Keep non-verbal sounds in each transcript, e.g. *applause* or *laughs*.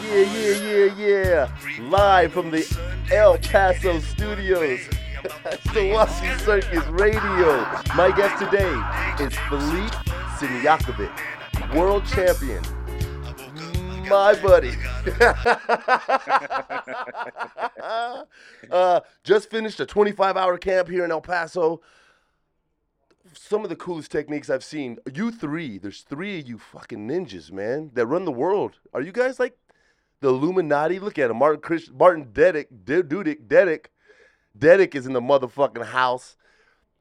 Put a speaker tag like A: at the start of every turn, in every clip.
A: Yeah, yeah, yeah, yeah. Live from the El Paso studios. *laughs* Swarovski Circus Radio. My guest today is Philippe Sinjakovic, world champion. My buddy. uh, just finished a 25 hour camp here in El Paso. Some of the coolest techniques I've seen. You three, there's three of you fucking ninjas, man, that run the world. Are you guys like the Illuminati. Look at him, Martin Chris, Martin Dedick, D- Dudick, Dedick, Dedick is in the motherfucking house.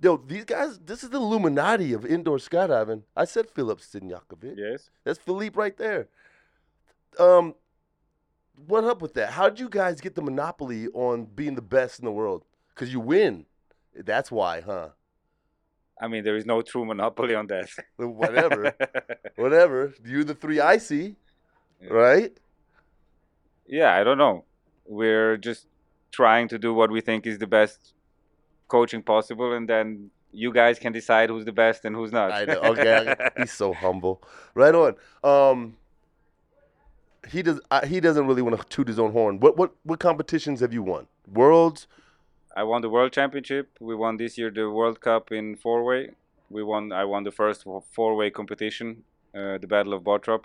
A: Yo, these guys, this is the Illuminati of indoor skydiving. I said Philip Sinjakovic.
B: Yes.
A: That's Philippe right there. Um, what up with that? How'd you guys get the monopoly on being the best in the world? Cause you win. That's why, huh?
B: I mean, there is no true monopoly on that. *laughs*
A: Whatever, whatever. You're the three I see,
B: Yeah.
A: right?
B: yeah, I don't know. We're just trying to do what we think is the best coaching possible, and then you guys can decide who's the best and who's not.
A: I know. Okay, okay. he's so humble. Right on. Um, he does. I, he doesn't really want to toot his own horn. What what what competitions have you won? Worlds.
B: *laughs* I won the world championship. We won this year the World Cup in four-way. We won. I won the first four-way competition, uh, the Battle of Bottrop.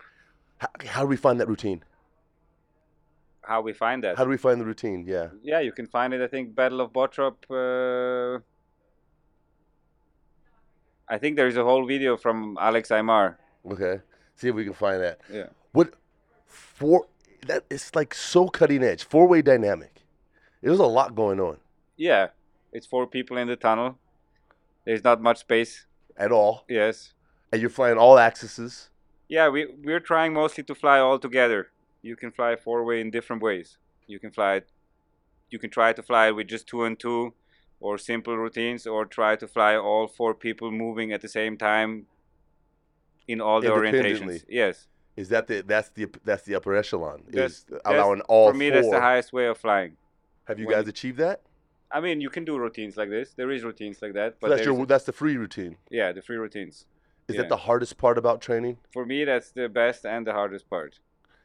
A: How, how do we find that routine?
B: How we find that?
A: How do we find the routine? Yeah.
B: yeah, you can find it. I think Battle of Bottrop. Uh, I think there is a whole video from Alex Aymar.
A: Okay. See if we can find that.
B: Yeah.
A: What four? That it's like so cutting edge. Four way dynamic. There's a lot going on
B: Yeah, it's four people in the tunnel. There's not much space.
A: at all,
B: Yes.
A: and you're flying all axes.
B: Yeah, we we're trying mostly to fly all together. You can fly four way in different ways. You can fly. You can try to fly with just two and two, or simple routines, or try to fly all four people moving at the same time. In all the
A: Independently.
B: orientations. Yes.
A: Is that the that's the that's the upper echelon?
B: That's-
A: Is
B: that's-
A: allowing all
B: For me,
A: four.
B: that's the highest way of flying.
A: Have you
B: when-
A: guys achieved that?
B: I mean, you can do routines like this. There is routines like that,
A: So
B: but
A: that's
B: there's-
A: your that's the free routine.
B: yeah, the free routines.
A: Is
B: Yeah.
A: that the hardest part about training?
B: For me, that's the best and the hardest part.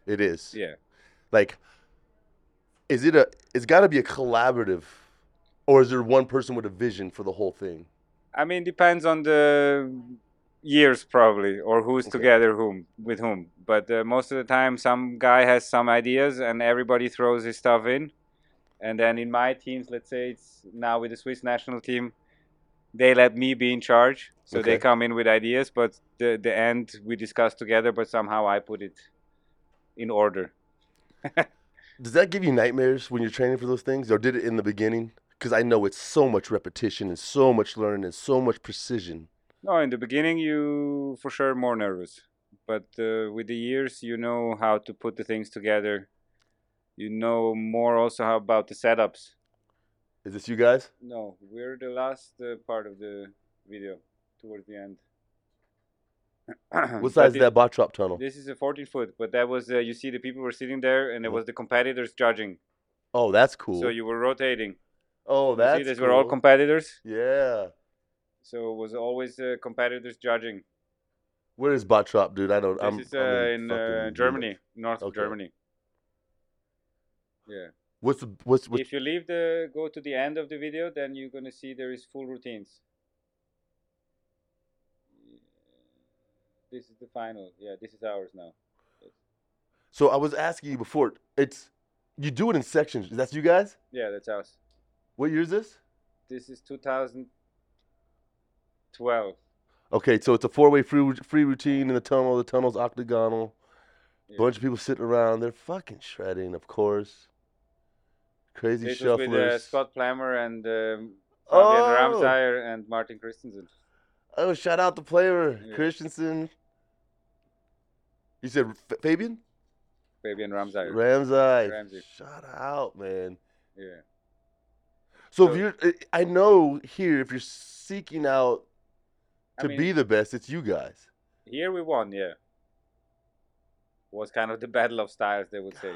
A: It is.
B: Yeah.
A: Like, is it a? It's got to be a collaborative, or is there one person with a vision for the whole thing?
B: I mean, depends on the years probably, or who's
A: Okay.
B: together whom with whom. But uh, most of the time, some guy has some ideas, and everybody throws his stuff in. And then in my teams, let's say it's now with the Swiss national team, they let me be in charge, so they
A: Okay.
B: come in with ideas. But the the end we discuss together, but somehow I put it in order.
A: Does that give you nightmares when you're training for those things, or did it in the beginning? Because I know it's so much repetition and so much learning and so much precision.
B: No, in the beginning you for sure more nervous, but uh, with the years you know how to put the things together. You know more also how about the setups.
A: Is this you guys?
B: No, we're the last uh, part of the video towards the *coughs* end.
A: What
B: But
A: size is
B: thi-
A: that Bottrop tunnel?
B: Hmm. This is a 14 foot, but that was uh, you see the people were sitting there, and it was the competitors judging.
A: Oh, that's cool.
B: So you were rotating.
A: oh,
B: You
A: that's
B: see, these
A: cool.
B: were all competitors,
A: yeah.
B: so it was always uh, competitors judging.
A: Where is Bottrop, dude? I don't.
B: This
A: I'm,
B: is uh,
A: I'm
B: in uh,
A: fucking-
B: Germany, north of
A: Okay.
B: Germany. Yeah.
A: What's the, what's what,
B: if you leave the go to the end of the video, then you're gonna see there is full routines. This is the final. Yeah, this is ours now.
A: So I was asking you before. It's you do it in sections. That's you guys.
B: Yeah, that's ours.
A: What year is this?
B: This is 2012.
A: Okay, so it's a four-way free free routine in the tunnel. The tunnel's octagonal.
B: Yeah.
A: Bunch of people sitting around. They're fucking shredding, of course. Crazy
B: This was
A: shufflers.
B: with uh, Scott Plammer and um, Fabian
A: Oh!
B: Ramsay and Martin Christensen.
A: Oh, shout out the player
B: Yeah.
A: Christensen. You said F- Fabian
B: Fabian Ramsay.
A: Ramsey.
B: Ramsey.
A: Shout out, man.
B: yeah.
A: So,
B: So-
A: if you're, eh, I I know here, if you're seeking out
B: I
A: to
B: mean-
A: be the best, it's you guys.
B: Here we won. Yeah. Was kind of the battle of styles, they would say.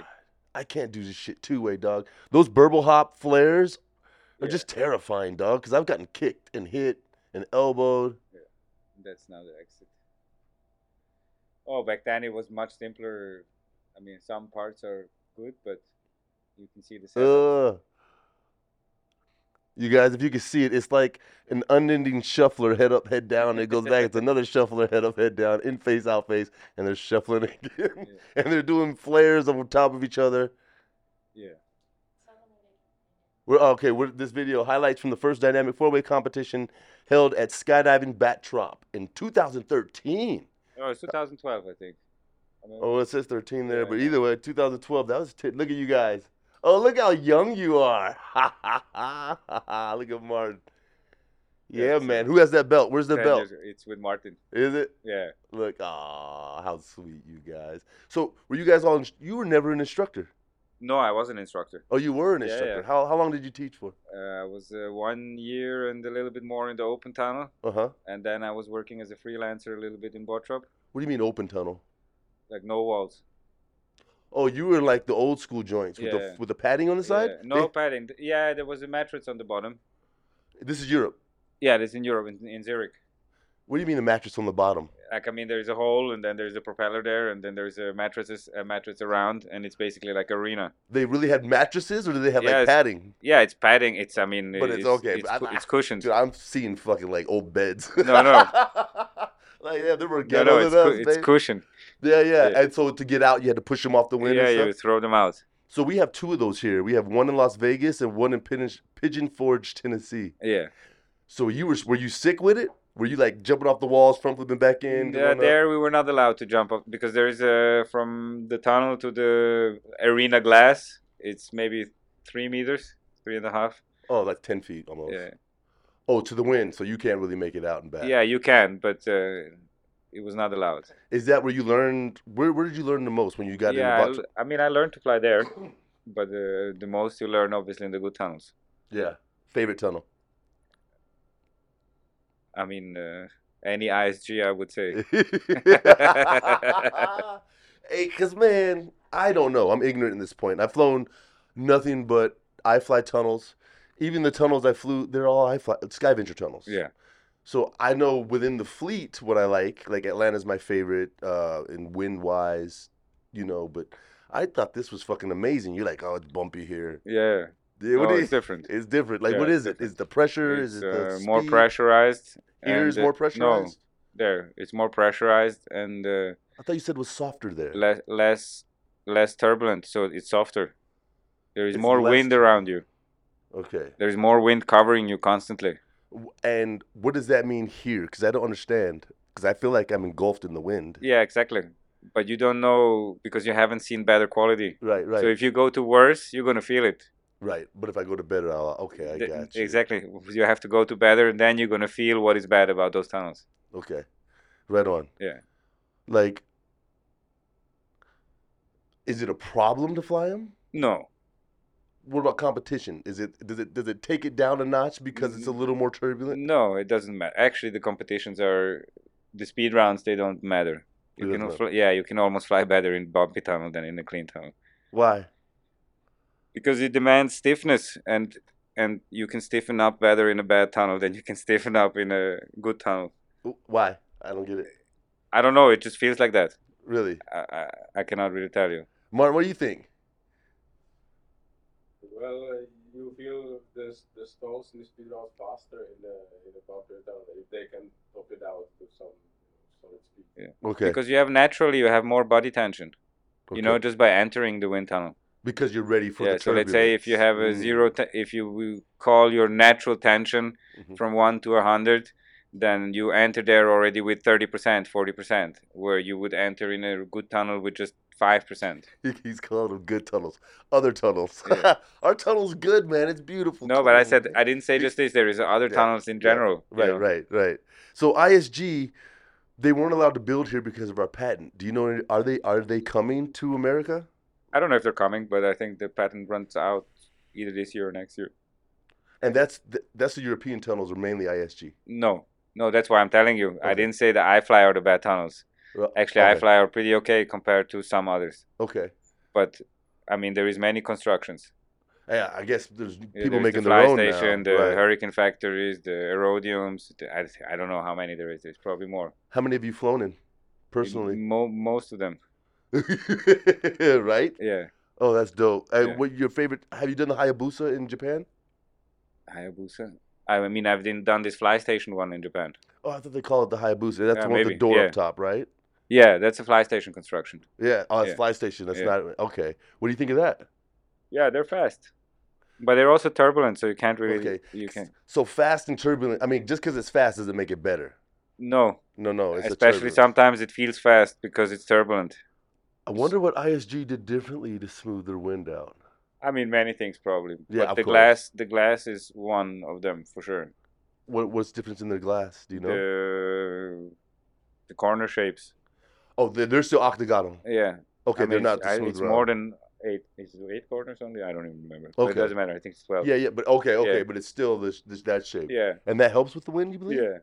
A: I can't do this shit two way, dog. Those burble hop flares are
B: Yeah.
A: just terrifying, dog. Because I've gotten kicked and hit and elbowed.
B: That's now the exit. Oh, back then it was much simpler. I mean, some parts are good, but you can
A: Uh,
B: see the setup.
A: Ugh. You guys, if you can see it, it's like an unending shuffler, head up, head down. And it goes back. It's another shuffler, head up, head down, in face, out face, and they're shuffling *laughs* again.
B: Yeah.
A: And they're doing flares on top of each other.
B: yeah.
A: We're okay. We're, this video highlights from the first dynamic four-way competition held at Skydiving Bat Trop in 2013.
B: Oh, it's 2012, I think. I mean,
A: Oh, it says 13 there,
B: Yeah,
A: but
B: yeah.
A: either way, 2012. That was t- look at you guys. Oh, look how young you are. *laughs* Ha ha ha ha ha. Look at Martin.
B: Yeah,
A: Yeah,
B: it's,
A: man. Who has that belt? Where's the
B: 10
A: belt?
B: years- It's with Martin.
A: Is it?
B: Yeah.
A: Look, ah, how sweet you guys. So, were you guys all? In- you were never an instructor.
B: No, I was an instructor.
A: Oh, you were an
B: Yeah, yeah.
A: instructor. How how long did you teach for?
B: Uh, I was uh, one year and a little bit more in the open tunnel,
A: Uh huh.
B: and then I was working as a freelancer a little bit in Bottrop,
A: What do you mean open tunnel?
B: like no walls.
A: Oh, you were like the old school joints with the
B: Yeah.
A: with the padding on the side.
B: Yeah. No
A: They-
B: padding. Th- Yeah, there was a mattress on the bottom.
A: this is Europe.
B: Yeah, that's in Europe, in, in Zurich.
A: What do you mean the mattress on the bottom?
B: Like I mean, there's a hole, and then there's a propeller there, and then there's a mattresses, a mattress around, and it's basically like arena.
A: They really had mattresses, or did they have
B: Yeah,
A: like
B: it's-
A: padding?
B: Yeah, it's padding. It's I mean,
A: But it's okay,
B: It's,
A: but
B: cu-
A: I-
B: it's cushioned.
A: Dude, I'm seeing fucking like old beds.
B: No, no.
A: *laughs* like yeah, they were
B: No,
A: ghetto
B: no,
A: to
B: it's,
A: us,
B: cu- it's
A: babe.
B: cushioned.
A: yeah, yeah,
B: Yeah.
A: And so to get out, you had to push them off the window.
B: Yeah, you throw them out.
A: So we have two of those here. We have one in Las Vegas and one in Pin- Pigeon Forge, Tennessee.
B: Yeah.
A: So you were were you sick with it? Were you like jumping off the walls, front flipping back in?
B: Yeah,
A: going up?
B: there we were not allowed to jump up because there is a from the tunnel to the arena glass. It's maybe three meters, three and a half.
A: Oh, like ten feet almost.
B: Yeah,
A: Oh, to the wind, so you can't really make it out and back.
B: yeah, you can, but uh, it was not allowed.
A: Is that where you learned? Where Where did you learn the most when you got
B: yeah, I
A: in the box?
B: l- I, mean, I learned to fly there, but uh, the most you learn obviously in the good tunnels.
A: Yeah. Favorite tunnel.
B: I mean, uh, any ISG, I would say.
A: hey, cause man, I don't know. I'm ignorant at this point. I've flown nothing but I fly tunnels. Even the tunnels I flew, they're all I fly Skyventure tunnels.
B: yeah,
A: So I know within the fleet what I like. Like Atlanta's my favorite, uh, in wind wise, you know. But I thought this was fucking amazing. You're like, oh, it's bumpy here.
B: yeah.
A: Yeah, what
B: No,
A: is-
B: it's different.
A: It's different. Like,
B: Yeah,
A: what
B: it's
A: is it?
B: different.
A: Is it the pressure?
B: It's,
A: is it the
B: uh, more
A: speed?
B: pressurized.
A: Here is
B: and, uh,
A: more pressurized.
B: No, there. It's more pressurized and. Uh,
A: I thought you said it was softer there.
B: less less less turbulent, so it's softer. There is
A: It's
B: more
A: less
B: wind around you.
A: okay.
B: There is more wind covering you constantly.
A: W- And what does that mean here? Because I don't understand. Because I feel like I'm engulfed in the wind.
B: Yeah, exactly. But you don't know because you haven't seen better quality.
A: Right, right,
B: So if you go to worse, you're gonna feel it.
A: right. But if I go to bed, I'll okay. I
B: Th- eh
A: got you.
B: Exactly. You have to go to better, and then you're gonna feel what is bad about those tunnels.
A: Okay, right on.
B: Yeah.
A: Like, is it a problem to fly them?
B: No,
A: What about competition? Is it does it does it take it down a notch because it's a little more turbulent?
B: no, it doesn't matter. Actually, the competitions are the speed rounds. They don't matter.
A: It
B: You
A: doesn't
B: can al-
A: matter.
B: fly- yeah, you can almost fly better in bumpy tunnel than in a clean tunnel.
A: Why?
B: because it demands stiffness and and you can stiffen up better in a bad tunnel than you can stiffen up in a good tunnel
A: W- Why? I don't get it.
B: i don't know it just feels like that
A: Really,
B: i i, I cannot really tell you
A: Martin, what do you think?
C: Well, uh, you feel the the stalls and the speed rounds faster in the in the popular town if they can top it out with some solid speed.
A: Okay,
B: because you have naturally you have more body tension
A: okay.
B: you know just by entering the wind tunnel
A: because you're ready for
B: yeah
A: the
B: so let's say if you have a
A: turbulence. Mm.
B: zero te- if you will call your natural tension
A: Mhm.
B: from 1 to 100 then you enter there already with 30% 40% where you would enter in a good tunnel with just 5%
A: *laughs* He's calling them good tunnels. Other tunnels.
B: Yeah.
A: *laughs* Our tunnel's good, man. It's beautiful.
B: No, but I
A: tunnel,
B: said
A: man.
B: I didn't say just this. There is other
A: Yeah,
B: tunnels in general. you
A: Right,
B: know.
A: right, right. So ISG, they weren't allowed to build here because of our patent. Do you know? any- Are they are they coming to America?
B: I don't know if they're coming, but I think the patent runs out either this year or next year.
A: And that's th- that's the European tunnels are mainly ISG.
B: No, no, that's why I'm telling you. I
A: Okay.
B: didn't say the I fly or the bad tunnels.
A: Well,
B: Actually, I
A: okay,
B: fly are pretty okay compared to some others.
A: Okay,
B: But I mean, there is many constructions.
A: Yeah, I guess there's
B: Yeah,
A: people
B: there's
A: making
B: the
A: their
B: fly
A: own
B: station,
A: now.
B: the
A: right.
B: hurricane factories, the erodiums. The, I, I don't know how many there is. There's probably more.
A: How many have you flown in, personally?
B: Mo- most of them.
A: *laughs* right?
B: Yeah,
A: Oh, that's dope. And
B: Mm-hmm. Yeah.
A: what your favorite? Have you done the Hayabusa in Japan?
B: Hayabusa. I mean, I've been, done this fly station one in Japan.
A: Oh, I thought they call it the Hayabusa. That's
B: Yeah,
A: the one with the
B: Uh, maybe.
A: door
B: Yeah.
A: up top, right?
B: Yeah, that's a fly station construction.
A: Yeah. Oh, it's
B: Yeah.
A: fly station. That's
B: Yeah.
A: not okay. What do you think of that?
B: Yeah, they're fast, but they're also turbulent, so you can't really.
A: Okay.
B: You can
A: So fast and turbulent. I mean, just because it's fast doesn't make it better.
B: no,
A: No, no. It's a
B: especially
A: turbulence.
B: sometimes it feels fast because it's turbulent.
A: I wonder what ISG did differently to smooth their wind out.
B: I mean, many things probably.
A: Yeah,
B: but
A: of
B: the
A: course.
B: glass, the glass is one of them for sure.
A: What what's difference in their glass? Do you know?
B: The the corner shapes.
A: Oh, they're, they're still octagonal.
B: Yeah.
A: Okay,
B: I mean,
A: they're not the
B: I-
A: smooth
B: It's
A: round.
B: more than eight. Is it eight corners only? I don't even remember. But it
A: Okay.
B: doesn't matter. I think it's twelve.
A: yeah, yeah, but okay, okay,
B: Yeah.
A: but it's still this, this that shape,
B: Yeah.
A: and that helps with the wind, you believe?
B: Yeah.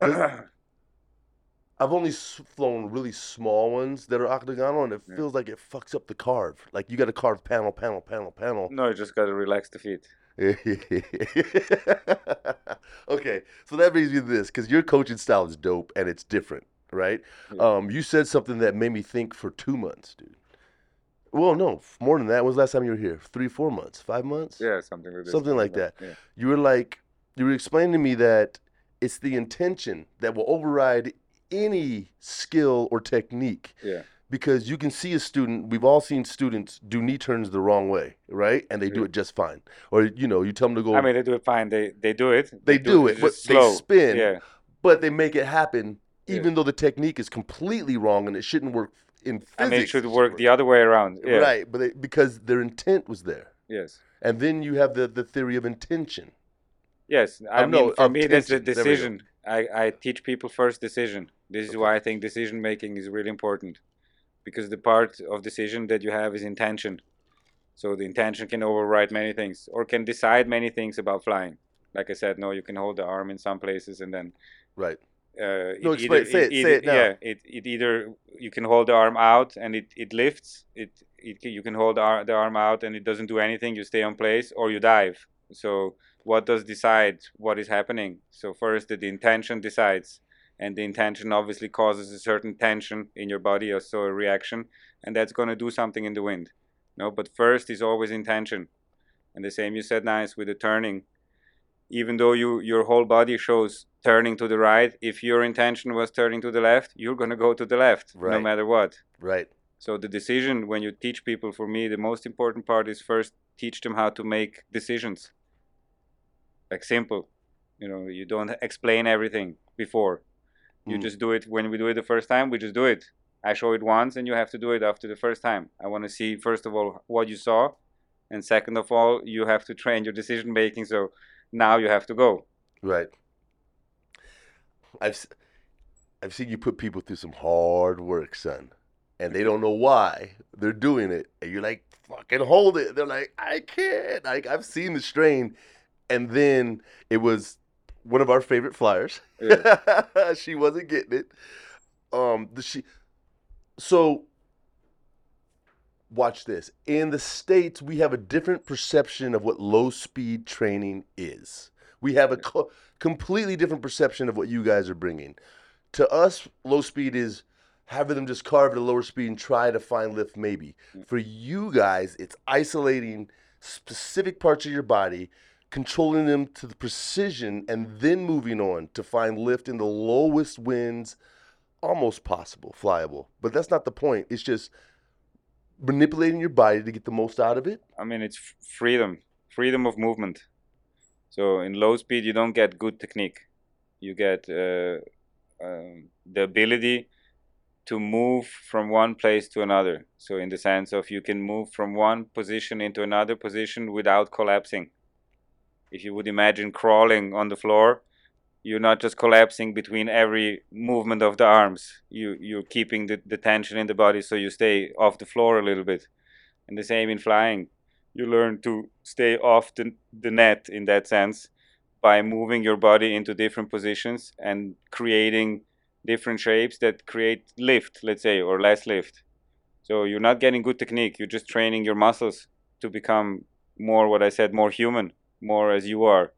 A: Does- I've only s- flown really small ones that are octagonal, and it
B: Yeah.
A: feels like it fucks up the carve. Like you got to carve panel, panel, panel, panel.
B: *coughs* No, you just gotta relax the feet.
A: *laughs* okay, so that brings me to this because your coaching style is dope and it's different, right?
B: Yeah.
A: Um, you said something that made me think for two months, dude. Well, no, f- more than that. When was the last time you were here? Three, four months, five months?
B: Yeah, something like this.
A: Something like that.
B: Yeah.
A: you were like you were explaining to me that it's the intention that will override any skill or technique
B: Yeah.
A: because you can see a student we've all seen students do knee turns the wrong way right and they do
B: Yeah.
A: it just fine or you know you tell them to go
B: I mean, they do it fine. They they do it.
A: They do it,
B: it's
A: but
B: just
A: they
B: slow.
A: spin.
B: Yeah.
A: but they make it happen
B: Yeah.
A: even though the technique is completely wrong and it shouldn't work in physics
B: I mean, it should work the other way around. Yeah.
A: right but they, because their intent was there
B: Yes.
A: and then you have the, the theory of intention
B: Yes.
A: Oh,
B: I mean,
A: no,
B: for
A: of
B: me, that's the
A: tension. There we go.
B: decision. I, I teach people first decision. This is
A: Okay.
B: why I think decision making is really important, because the part of decision that you have is intention. So the intention can override many things, or can decide many things about flying. Like I said, no, you can hold the arm in some places, and then
A: right
B: uh,
A: No, explain- say it- say
B: either-
A: it now.
B: Yeah, it, it either you can hold the arm out and it, it lifts. It, it you can hold the ar- the arm out and it doesn't do anything. You stay on place or you dive. So what does decide what is happening? So first the, the intention decides, and the intention obviously causes a certain tension in your body or so a reaction, and that's going to do something in the wind. No, but first is always intention, and the same you said, nice with the turning even though you your whole body shows turning to the right if your intention was turning to the left you're going to go to the left no
A: Right.
B: matter what
A: right
B: so the decision when you teach people for me the most important part is first teach them how to make decisions like simple you know you don't explain everything before you
A: Mm.
B: just do it when we do it the first time we just do it i show it once and you have to do it after the first time i want to see first of all what you saw and second of all you have to train your decision making so now you have to go
A: Right. I've s- I've seen you put people through some hard work, son, and they don't know why they're doing it, and you're like, "Fucking hold it!" They're like, "I can't." Like I've seen the strain, and then it was one of our favorite flyers. *laughs*
B: Yeah.
A: she wasn't getting it. Um, the, she. So, watch this. In the states, we have a different perception of what low speed training is. We have a co- completely different perception of what you guys are bringing. To us, low speed is having them just carve at a lower speed and try to find lift, maybe. For you guys, it's isolating specific parts of your body, controlling them to the precision, and then moving on to find lift in the lowest winds almost possible, flyable. But that's not the point. It's just manipulating your body to get the most out of it.
B: I mean, it's f- freedom, freedom of movement. So in low speed, you don't get good technique. You get uh, um, the ability to move from one place to another. So in the sense of you can move from one position into another position without collapsing. If you would imagine crawling on the floor, you're not just collapsing between every movement of the arms. You you're keeping the, the tension in the body, so you stay off the floor a little bit. And the same in flying. You learn to stay off the, the net in that sense by moving your body into different positions and creating different shapes that create lift, let's say, or less lift. So you're not getting good technique, you're just training your muscles to become more what I said, more human, more as you are.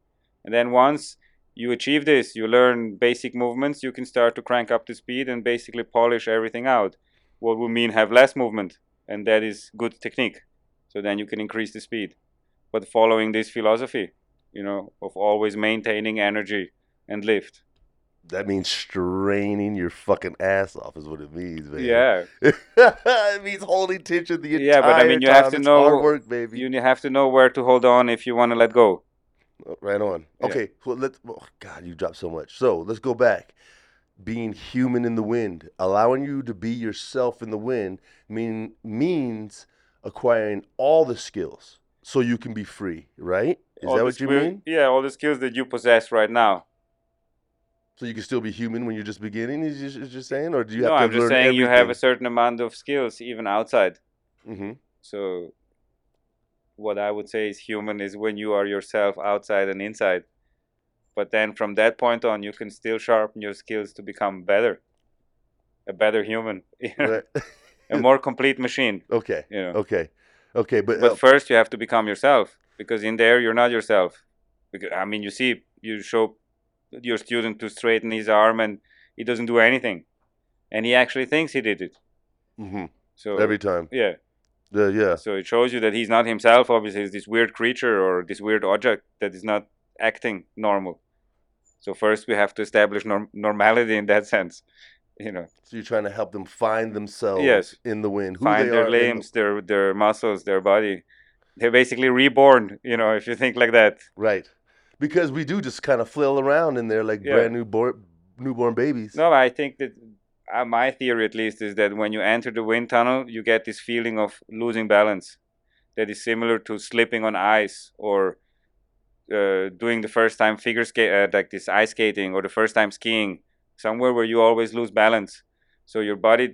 B: And then once you achieve this, you learn basic movements, you can start to crank up the speed and basically polish everything out. What would mean have less movement, and that is good technique. So then you can increase the speed. But following this philosophy, you know, of always maintaining energy and lift.
A: That means straining your fucking ass off is what it means, man.
B: Yeah.
A: *laughs* it means holding tension the entire
B: Yeah, but I mean, you
A: time.
B: have to
A: It's
B: know-
A: hard work, baby.
B: You have to know where to hold on if you want to let go.
A: Right on.
B: Yeah.
A: Okay, well, let's. Oh, God, you dropped so much. So let's go back. Being human in the wind, allowing you to be yourself in the wind, mean means acquiring all the skills so you can be free. Right? Is
B: All
A: that
B: the
A: what you
B: skill-
A: mean?
B: Yeah, all the skills that you possess right now.
A: So you can still be human when you're just beginning. Is you is you saying, or do you
B: no,
A: have to
B: I'm just
A: learn
B: saying
A: everything?
B: you have a certain amount of skills even outside. *laughs*
A: hmm
B: So, what I would say is human is when you are yourself outside and inside. But then from that point on, you can still sharpen your skills to become better, a better human, *laughs* you know,
A: Right.
B: a more complete machine.
A: *laughs* okay.
B: You know.
A: Okay. Okay. But,
B: But
A: uh,
B: first, you have to become yourself because in there you're not yourself. Because I mean, you see, you show your student to straighten his arm and he doesn't do anything, and he actually thinks he did it.
A: mhm,
B: So
A: every time.
B: yeah,
A: The- yeah.
B: so it shows you that he's not himself. Obviously, he's this weird creature or this weird object that is not acting normal. So first, we have to establish norm- normality in that *laughs* sense. You know,
A: So you're trying to help them find themselves
B: Yes.
A: in the wind. Who
B: find
A: they
B: their
A: are in the-
B: limbs, their their muscles, their body. They're basically reborn. You know, if you think like that.
A: Right. Because we do just kind of flail around in there like
B: Yeah.
A: brand new bor- newborn babies.
B: No, I think that uh, my theory, at least, is that when you enter the wind tunnel, you get this feeling of losing balance that is similar to slipping on ice or uh, doing the first time figure skate, uh, like this ice skating, or the first time skiing, somewhere where you always lose balance. So your body,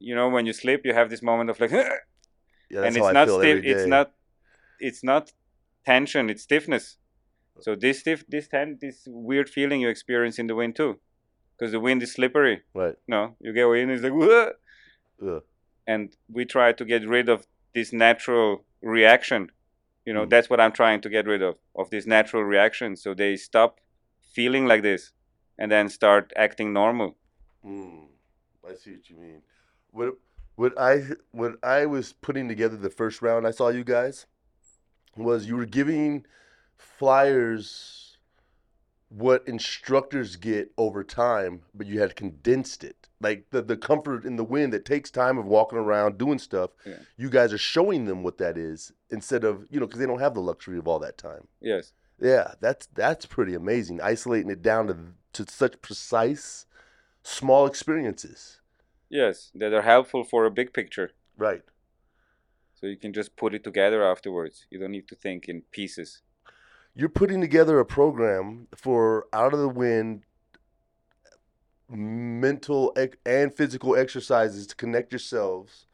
B: you know, when you slip, you have this moment of like, *laughs*
A: Yeah, that's
B: and
A: how
B: it's
A: I
B: not
A: feel
B: stiff.
A: every
B: It's
A: day.
B: not. It's not tension. It's stiffness. So this stiff, this ten, this weird feeling you experience in the wind too, because the wind is slippery.
A: Right.
B: No, you go in, it's like, "Whoa!"
A: Ugh.
B: and we try to get rid of this natural reaction. You know,
A: Mhm.
B: that's what I'm trying to get rid of, of this natural reaction. So they stop feeling like this and then start acting normal.
A: Mm, I see what you mean. What what I when I was putting together the first round I saw you guys was you were giving flyers what instructors get over time, but you had condensed it. Like the, the comfort in the wind that takes time of walking around doing stuff,
B: Yeah.
A: you guys are showing them what that is instead of, you know, because they don't have the luxury of all that time.
B: Yes.
A: Yeah, that's that's pretty amazing. Isolating it down to to such precise, small experiences.
B: Yes. That are helpful for a big picture.
A: Right.
B: So you can just put it together afterwards. You don't need to think in pieces.
A: You're putting together a program for out of the wind mental ec- and physical exercises to connect yourselves.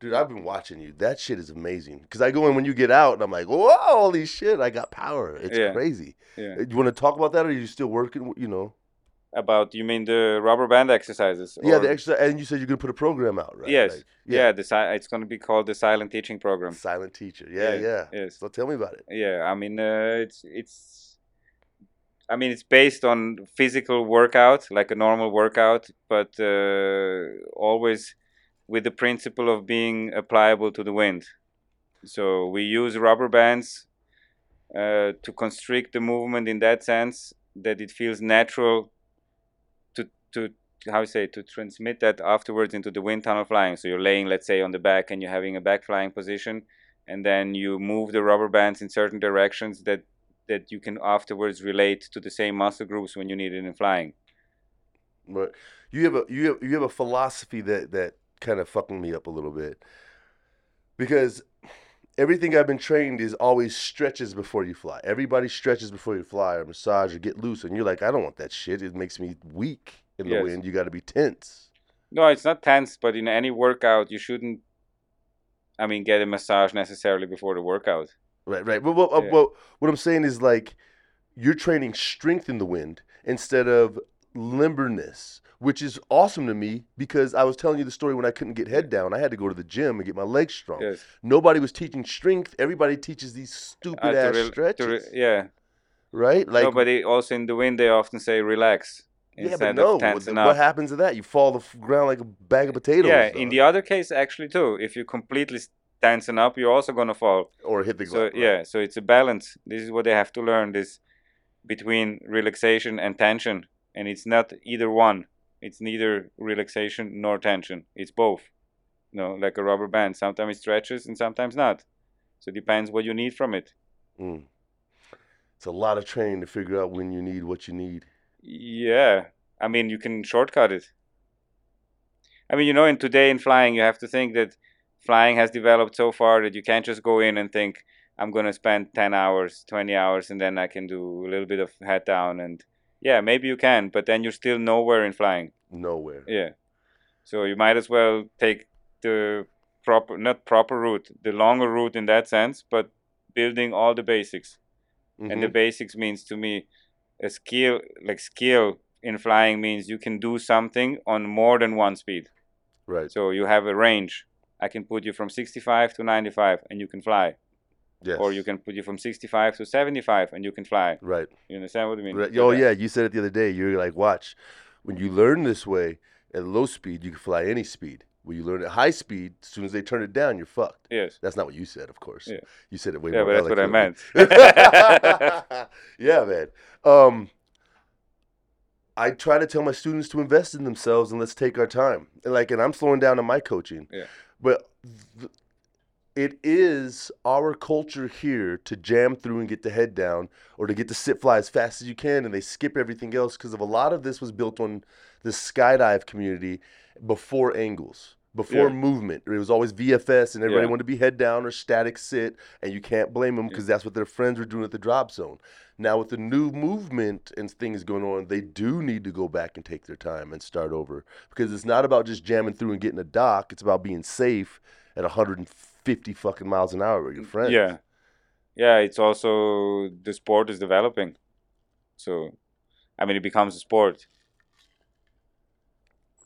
A: Dude, I've been watching you. That shit is amazing. Cause I go in when you get out, and I'm like, whoa, holy shit! I got power. It's
B: Yeah.
A: crazy. Uh,
B: Yeah.
A: You want to talk about that, or are you still working? You know,
B: About, you mean the rubber band exercises?
A: yeah,
B: or-
A: the exercise. And you said you're gonna put a program out, right?
B: Yes.
A: Like,
B: yeah. the si- it's going to be called the silent teaching program.
A: Silent teacher. Yeah,
B: Yeah,
A: yeah.
B: Yes.
A: So tell me about it.
B: yeah i mean uh, it's it's i mean it's based on physical workout like a normal workout but uh, always with the principle of being applicable to the wind so we use rubber bands uh, to constrict the movement in that sense that it feels natural to to how you say to transmit that afterwards into the wind tunnel flying so you're laying let's say on the back and you're having a back flying position and then you move the rubber bands in certain directions that that you can afterwards relate to the same muscle groups when you need it in flying.
A: But you have a you have you have a philosophy that that kind of fucking me up a little bit because everything I've been trained is always stretches before you fly. Everybody stretches before you fly or massage or get loose, and you're like, I don't want that shit. It makes me weak in the
B: Yes.
A: wind. You got to be tense.
B: No, it's not tense, but in any workout you shouldn't I mean get a massage necessarily before the workout.
A: Right, right. uh, But, but,
B: Yeah.
A: but what I'm saying is like you're training strength in the wind instead of limberness, which is awesome to me because I was telling you the story when I couldn't get head down. I had to go to the gym and get my legs strong.
B: Yes.
A: Nobody was teaching strength. Everybody teaches these stupid
B: Uh, to
A: ass
B: rel- to
A: stretches,
B: re- yeah.
A: right? Like,
B: no, but they also in the wind they often say relax
A: yeah,
B: instead
A: but no.
B: of
A: What,
B: tensing
A: what
B: up.
A: happens to that? You fall the f- ground like a bag of potatoes.
B: yeah, in
A: dog,
B: the other case actually too, if you completely s- tensing up, you're also gonna fall.
A: or hit the
B: so
A: ground.
B: yeah, so it's a balance. This is what they have to learn this between relaxation and tension, and it's not either one. It's neither relaxation nor tension. It's both. You know, like a rubber band. Sometimes it stretches and sometimes not. So it depends what you need from it.
A: Mm. It's a lot of training to figure out when you need what you need.
B: Yeah, I mean you can shortcut it. I mean, you know, in today in flying, you have to think that flying has developed so far that you can't just go in and think I'm gonna spend ten hours, twenty hours, and then I can do a little bit of head down and yeah, maybe you can, but then you're still nowhere in flying.
A: Nowhere.
B: Yeah, so you might as well take the proper, not proper route, the longer route in that sense, but building all the basics and the
A: Mhm.
B: basics means to me a skill like skill in flying means you can do something on more than one speed
A: right.
B: so you have a range i can put you from 65 to 95 and you can fly
A: Yes.
B: or you can put you from 65 to 75 and you can fly
A: Right.
B: you understand what i mean
A: Right.
B: So
A: Oh
B: that-
A: yeah, you said it the other day. You're like, watch, when you learn this way at low speed, you can fly any speed. When you learn at high speed, as soon as they turn it down, you're fucked.
B: yes
A: That's not what you said, of course.
B: Yeah.
A: You said it way
B: yeah but
A: more.
B: that's what i meant
A: *laughs*
B: *laughs*
A: eloquently. *laughs* yeah, man. Um, I try to tell my students to invest in themselves and let's take our time. And like, and I'm slowing down on my coaching.
B: Yeah.
A: But th- it is our culture here to jam through and get the head down, or to get to sit fly as fast as you can, and they skip everything else because of a lot of this was built on the skydive community before angles, before
B: Yeah.
A: movement. It was always VFS, and everybody
B: Yeah.
A: wanted to be head down or static sit, and you can't blame them because that's what their friends were doing at the drop zone. Now with the new movement and things going on, they do need to go back and take their time and start over because it's not about just jamming through and getting a dock. It's about being safe at 150 fucking miles an hour with your friends.
B: Mm, Yeah. Yeah, it's also the sport is developing. So, I mean, it becomes a sport.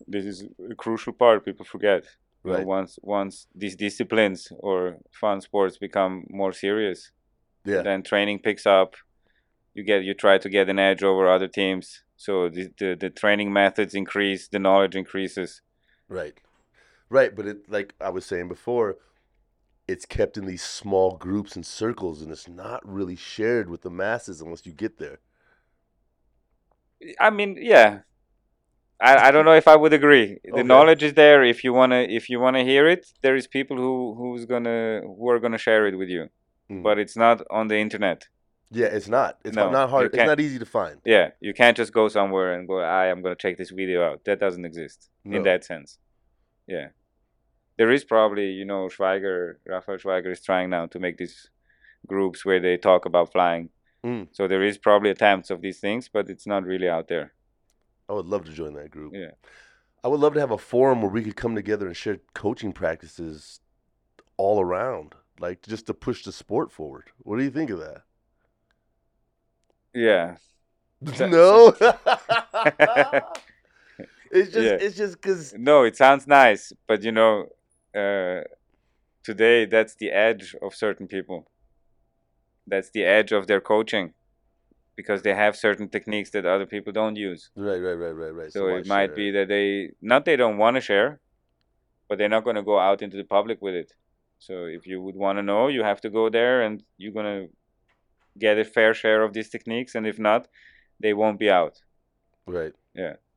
B: This is a crucial part people forget. You know,
A: Right.
B: once once these disciplines or fun sports become more serious,
A: Yeah.
B: then training picks up. You get you try to get an edge over other teams. So the, the, the training methods increase, the knowledge increases.
A: Right. Right, but it like I was saying before, it's kept in these small groups and circles and it's not really shared with the masses unless you get there.
B: I mean, yeah. I, I don't know if I would agree. The
A: Okay.
B: knowledge is there. If you wanna if you wanna hear it, there is people who who's gonna who are gonna share it with you.
A: Mm.
B: But it's not on the internet.
A: Yeah, it's not. It's
B: No,
A: not
B: you
A: hard. It's
B: can't.
A: not easy to find.
B: Yeah, you can't just go somewhere and go. I am gonna check this video out. That doesn't exist
A: No.
B: in that sense. Yeah, there is probably you know Schweiger, Raphael Schweiger is trying now to make these groups where they talk about flying.
A: Mm.
B: So there is probably attempts of these things, but it's not really out there.
A: I would love to join that group.
B: Yeah.
A: I would love to have a forum where we could come together and share coaching practices all around, like just to push the sport forward. What do you think of that?
B: Yeah,
A: *laughs*
B: That-
A: no.
B: *laughs*
A: it's just
B: Yeah.
A: it's just cuz
B: No, it sounds nice, but you know, uh, today that's the edge of certain people. That's the edge of their coaching, because they have certain techniques that other people don't use.
A: right right right right right.
B: So,
A: why
B: it might
A: share
B: be that they not they don't want to share, but they're not going to go out into the public with it. So if you would want to know, you have to go there, and you're gonna get a fair share of these techniques. And if not, they won't be out
A: right.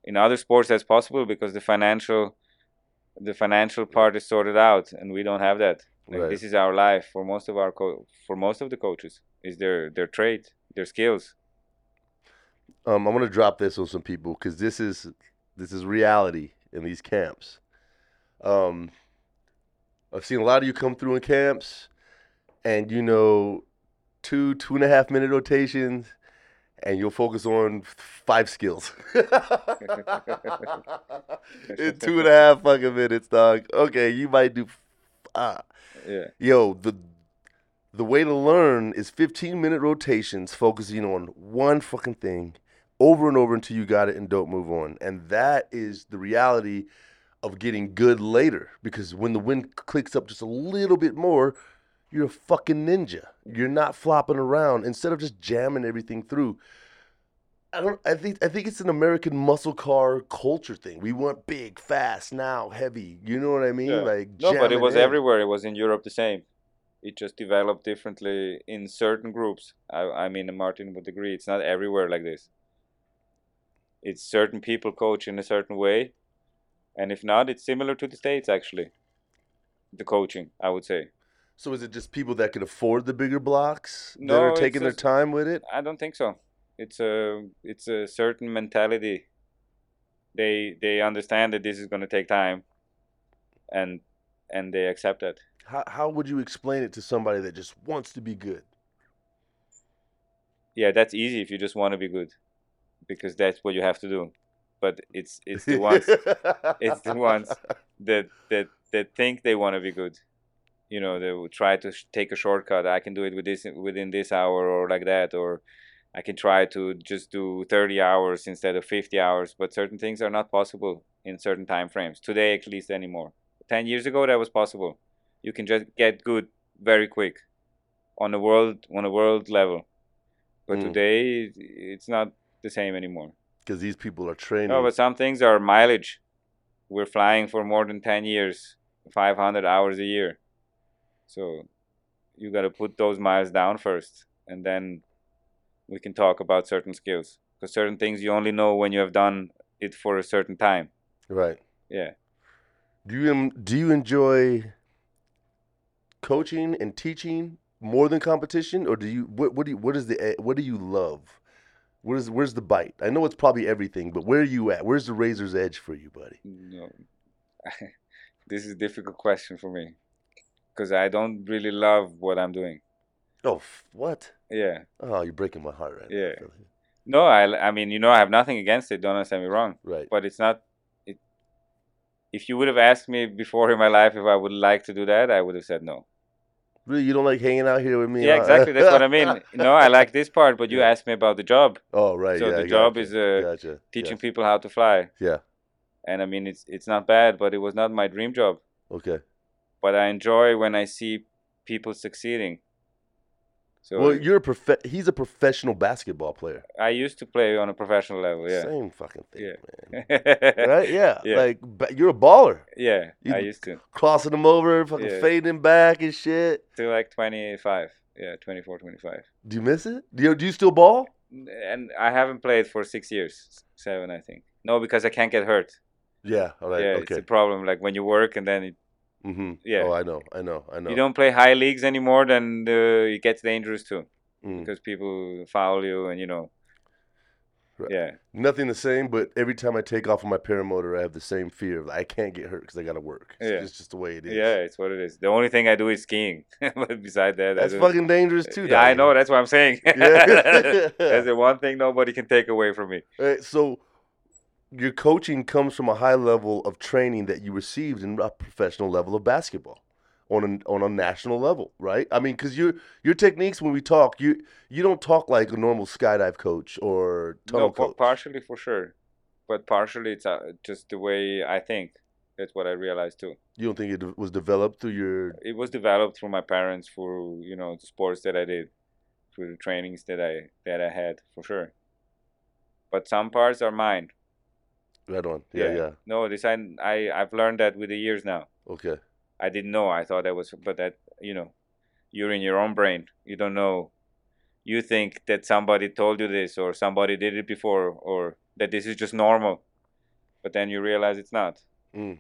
B: in other sports that's possible because the financial the financial part is sorted out and we don't have that like,
A: Right.
B: this is our life for most of our co- for most of the coaches is their their trade their skills
A: Um, I'm gonna drop this on some people because this is this is reality in these camps. Um, I've seen a lot of you come through in camps, and you know, two two and a half minute rotations, and you'll focus on five skills *laughs* in two and a half fucking minutes, dog. Okay, you might do. Ah,
B: yeah
A: yo, the the way to learn is 15 minute rotations focusing on one fucking thing over and over until you got it and don't move on. And that is the reality of getting good later because when the wind clicks up just a little bit more, you're a fucking ninja. You're not flopping around instead of just jamming everything through. I don't I think I think it's an American muscle car culture thing. We want big, fast, now, heavy. You know what I mean?
B: Yeah.
A: Like
B: No, but it
A: jamming
B: was
A: in.
B: everywhere. It was in Europe the same. It just developed differently in certain groups. I, I mean, Martin would agree. It's not everywhere like this. It's certain people coach in a certain way, and if not, it's similar to the states actually. The coaching, I would say.
A: So is it just people that can afford the bigger blocks that
B: No,
A: are
B: it's
A: taking their
B: just-
A: time with it?
B: I don't think so. It's a it's a certain mentality. They they understand that this is going to take time, and and they accept that.
A: How how would you explain it to somebody that just wants to be good?
B: yeah, that's easy if you just want to be good, because that's what you have to do. But it's
A: *laughs*
B: it's the ones it's the ones that that that think they want to be good. You know, they will try to sh- take a shortcut. I can do it with this within this hour or like that, or I can try to just do 30 hours instead of 50 hours. But certain things are not possible in certain time frames today, at least anymore. Ten years ago, that was possible. You can just get good very quick on a world on a world level. But
A: Mm.
B: today, it- it's not the same anymore.
A: Because these people are training.
B: No, but some things are mileage. We're flying for more than 10 years, 500 hours a year. So you got to put those miles down first, and then we can talk about certain skills. Because certain things you only know when you have done it for a certain time.
A: right.
B: Yeah.
A: Do you em- do you enjoy coaching and teaching more than competition, or do you what what do you, what is the what do you love? Where's where's the bite? I know it's probably everything, but where are you at? Where's the razor's edge for you, buddy?
B: No. *laughs* this is a difficult question for me because I don't really love what I'm doing.
A: Oh, f- what?
B: Yeah.
A: Oh, you're breaking my heart right
B: Yeah.
A: now. Philly.
B: No, I, I mean, you know, I have nothing against it. Don't understand me wrong.
A: Right.
B: but it's not it if you would have asked me before in my life if I would like to do that, I would have said no.
A: Really, you don't like hanging out here with me?
B: Yeah,
A: huh?
B: exactly. That's what
A: *laughs*
B: I mean. No, I like this part, but you
A: Yeah.
B: asked me about the job,
A: Oh, right.
B: So
A: yeah,
B: the
A: I
B: job
A: gotcha,
B: is, uh,
A: gotcha.
B: teaching people how to fly.
A: Yeah.
B: And I mean, it's it's not bad, but it was not my dream job.
A: Yeah. Okay.
B: But I enjoy when I see people succeeding. So
A: Well, you're a prof- He's a professional basketball player.
B: I used to play on a professional level. Oh, *laughs* Yeah.
A: Same fucking thing,
B: Yeah.
A: man.
B: *laughs*
A: Right? Yeah.
B: Yeah.
A: Like ba- you're a baller,
B: yeah,
A: You-
B: I used to
A: crossing them over, fucking
B: Yeah.
A: fading them back and shit.
B: to like 25. Yeah, 24, 25.
A: Do you miss it? Do you, do you still ball?
B: and I haven't played for six years, s- seven, I think. No, because I can't get hurt.
A: Yeah. All right.
B: yeah, it's
A: okay.
B: a problem. Like when you work and then it,
A: mm-hmm.
B: yeah.
A: Oh, I know. I know. I know.
B: you don't play high leagues anymore, then uh, it gets dangerous too
A: Mm.
B: because people foul you and you know.
A: Right.
B: Yeah,
A: Nothing the same, but every time I take off on my paramotor, I have the same fear. of, Like, I can't get hurt because I got to work. It's,
B: Yeah.
A: it's just the way it is.
B: yeah, it's what it is. The only thing I do is skiing. *laughs* but beside that, I
A: That's
B: don't-
A: fucking dangerous too.
B: Yeah,
A: down
B: I
A: here.
B: know. That's what I'm saying.
A: *laughs* Yeah.
B: *laughs* that's the one thing nobody can take away from me.
A: All right, so your coaching comes from a high level of training that you received in a professional level of basketball on a, on a national level, right? I mean, because your your techniques when we talk, you you don't talk like a normal skydive coach or tunnel
B: no, pa-
A: coach.
B: partially for sure, but partially it's uh, just the way I think. That's what I realized too.
A: you don't think it de- was developed through your
B: it was developed through my parents for you know the sports that I did, through the trainings that I that I had for sure. But some parts are mine.
A: right on? Yeah, yeah.
B: Yeah. No, this I, I I've learned that with the years now.
A: Okay,
B: I didn't know. I thought that was, but that you know, you're in your own brain. You don't know. You think that somebody told you this, or somebody did it before, or that this is just normal. But then you realize it's not.
A: Mm.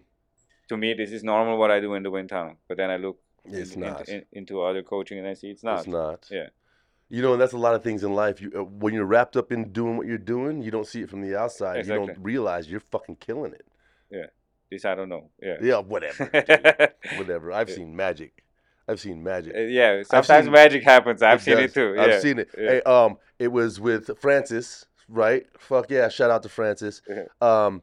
B: To me, this is normal what I do in the wind tunnel. But then I look
A: it's
B: in-
A: not.
B: into, in- into other coaching and I see it's not.
A: It's not.
B: Yeah.
A: You know, and that's a lot of things in life. You, uh, when you're wrapped up in doing what you're doing, you don't see it from the outside. You don't
B: Exactly.
A: realize you're fucking killing it.
B: This I don't know. Yeah.
A: Yeah,
B: *laughs*
A: whatever. dude.
B: Uh,
A: whatever. I've
B: Yeah.
A: seen magic. I've seen magic.
B: Uh, yeah. Sometimes
A: seen-
B: magic happens. I've
A: It
B: seen
A: does.
B: it too. Yeah.
A: I've seen it.
B: yeah.
A: Hey, um, it was with Francis, right? Fuck yeah! Shout out to Francis.
B: Yeah.
A: Um,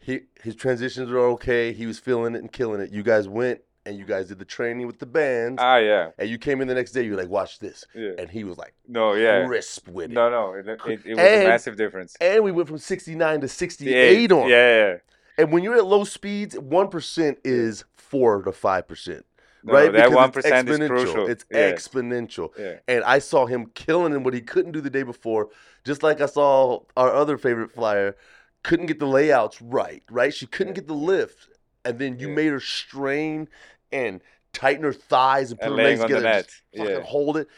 A: he his transitions were okay. He was feeling it and killing it. You guys went and you guys did the training with the bands,
B: Ah, yeah,
A: and you came in the next day. You're like, watch this,
B: yeah.
A: and he was like
B: No, yeah.
A: crisp with it.
B: No, no, it, it, it was a
A: And-
B: massive difference.
A: And we went from 69 to
B: The
A: 68 on.
B: Yeah, yeah.
A: And when you're at low speeds, 1% is 4 to 5%.
B: No,
A: right?
B: That
A: Because
B: one
A: it's
B: percent is
A: exponential.
B: crucial.
A: It's
B: yeah.
A: exponential.
B: yeah.
A: And I saw him killing him what he couldn't do the day before, just like I saw our other favorite flyer couldn't get the layouts right, right? She couldn't
B: Yeah.
A: get the lift. And then you
B: Yeah.
A: made her strain and tighten her thighs and put
B: And
A: her legs
B: laying on the
A: together and
B: net.
A: just fucking
B: *laughs* Yeah.
A: hold it.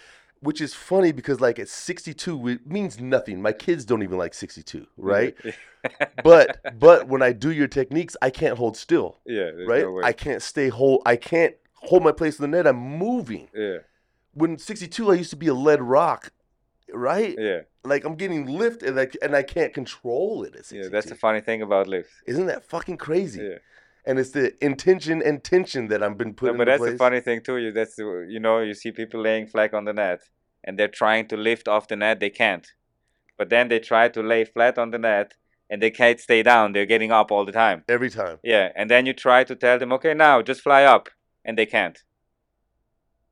A: Which is funny because like at 62 it means nothing. My kids don't even like 62,
B: *laughs*
A: right? but but when I do your techniques, I can't hold still,
B: Yeah. there's
A: right?
B: no way.
A: I can't stay hold. I can't hold my place in the net. I'm moving.
B: yeah.
A: When 62, I used to be a lead rock, right?
B: Yeah.
A: Like I'm getting lift and I and I can't control it. At 62.
B: Yeah. That's the funny thing about lifts.
A: Isn't that fucking crazy?
B: Yeah.
A: And it's the intention and tension that I've been
B: No,
A: putting.
B: but that's
A: place.
B: the funny thing too. You that's the- you know you see people laying flat on the net and they're trying to lift off the net. They can't. But then they try to lay flat on the net and they can't stay down. They're getting up all the time.
A: Every time.
B: Yeah. And then you try to tell them, okay, now just fly up, and they can't.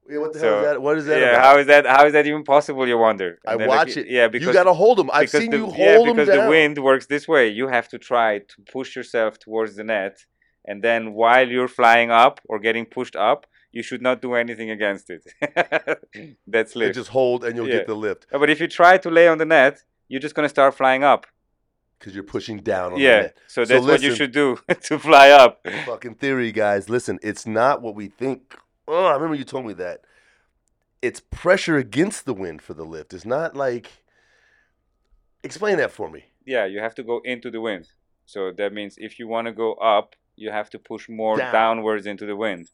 A: Yeah, what the hell is
B: So,
A: that? What is that?
B: yeah.
A: about?
B: How is that? How is that even possible? You wonder.
A: I
B: And then,
A: watch it.
B: like, Yeah. Because
A: you gotta hold them. I've
B: because
A: seen
B: the,
A: you hold
B: yeah,
A: them
B: because
A: down.
B: the wind works this way. You have to try to push yourself towards the net, and then while you're flying up or getting pushed up, you should not do anything against it. *laughs* That's
A: You
B: lift.
A: just hold and you'll
B: Yeah.
A: get the lift
B: Uh, but if you try to lay on the net, you're just gonna start flying up.
A: because you're pushing down on the
B: Yeah,
A: net. So
B: so that's what you
A: listen-
B: should do *laughs* to fly up.
A: fucking theory, guys. Listen, it's not what we think. Oh, I remember you told me that. It's pressure against the wind for the lift. It's not like. Explain that for me.
B: Yeah, you have to go into the wind. So that means if you want to go up, you have to push more
A: Down.
B: downwards into the wind.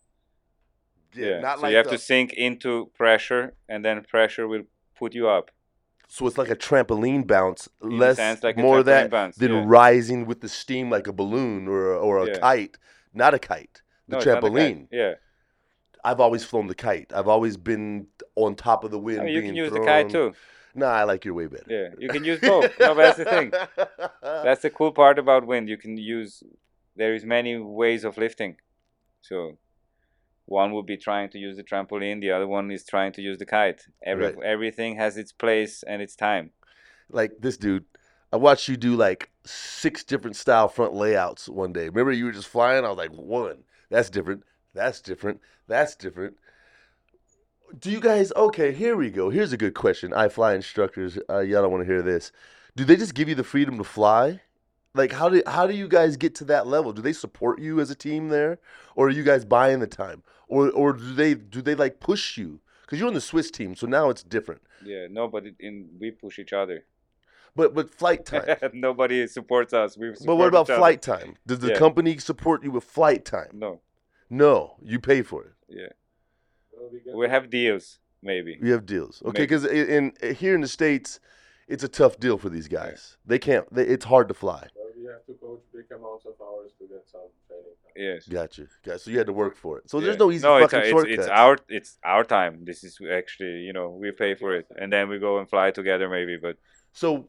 B: Yeah.
A: not
B: so
A: like
B: you have
A: the-
B: to sink into pressure, and then pressure will put you up.
A: So it's like a trampoline bounce,
B: In a
A: less
B: sense, like a
A: more
B: trampoline
A: that
B: bounce,
A: than
B: yeah.
A: rising with the steam like a balloon or a- or a
B: Yeah.
A: kite. Not a kite. The
B: No, it's not a kite.
A: trampoline.
B: Yeah,
A: I've always flown the kite. I've always been on top of the wind.
B: I mean, you
A: being
B: can use
A: thrown.
B: the kite too.
A: Nah, I like your way better.
B: Yeah, you can use both. no, but that's the
A: *laughs*
B: thing. That's the cool part about wind. You can use. There is many ways of lifting. So, one would be trying to use the trampoline. The other one is trying to use the kite. Every
A: Right.
B: everything has its place and its time.
A: like this dude. I watched you do like six different style front layouts one day. Remember, you were just flying. I was like, one, that's different. That's different. That's different. Do you guys? Okay, here we go. Here's a good question. I fly instructors. Uh, y'all don't want to hear this. Do they just give you the freedom to fly? Like, how do how do you guys get to that level? Do they support you as a team there, or are you guys buying the time, or or do they do they like push you? Because you're on the Swiss team, so now it's different.
B: Yeah, nobody in we push each other.
A: But but flight time.
B: *laughs* nobody supports us. We
A: But
B: support
A: what about
B: each other.
A: flight time? Does the
B: Yeah.
A: company support you with flight time?
B: No,
A: No, you pay for it.
C: Well, we got
B: we have deals maybe.
A: You have deals, okay?
B: Maybe.
A: Because in, in here in the states, it's a tough deal for these guys. They can't. They, it's hard to fly.
C: well, we have to coach big amounts of hours to get some training. time.
B: Yes.
A: Gotcha, guys. So you had to work for it. So
B: Yeah.
A: there's no easy
B: it's, uh,
A: fucking
B: it's,
A: shortcut.
B: It's our it's our time. This is actually you know we pay for it, and then we go and fly together maybe. But
A: so,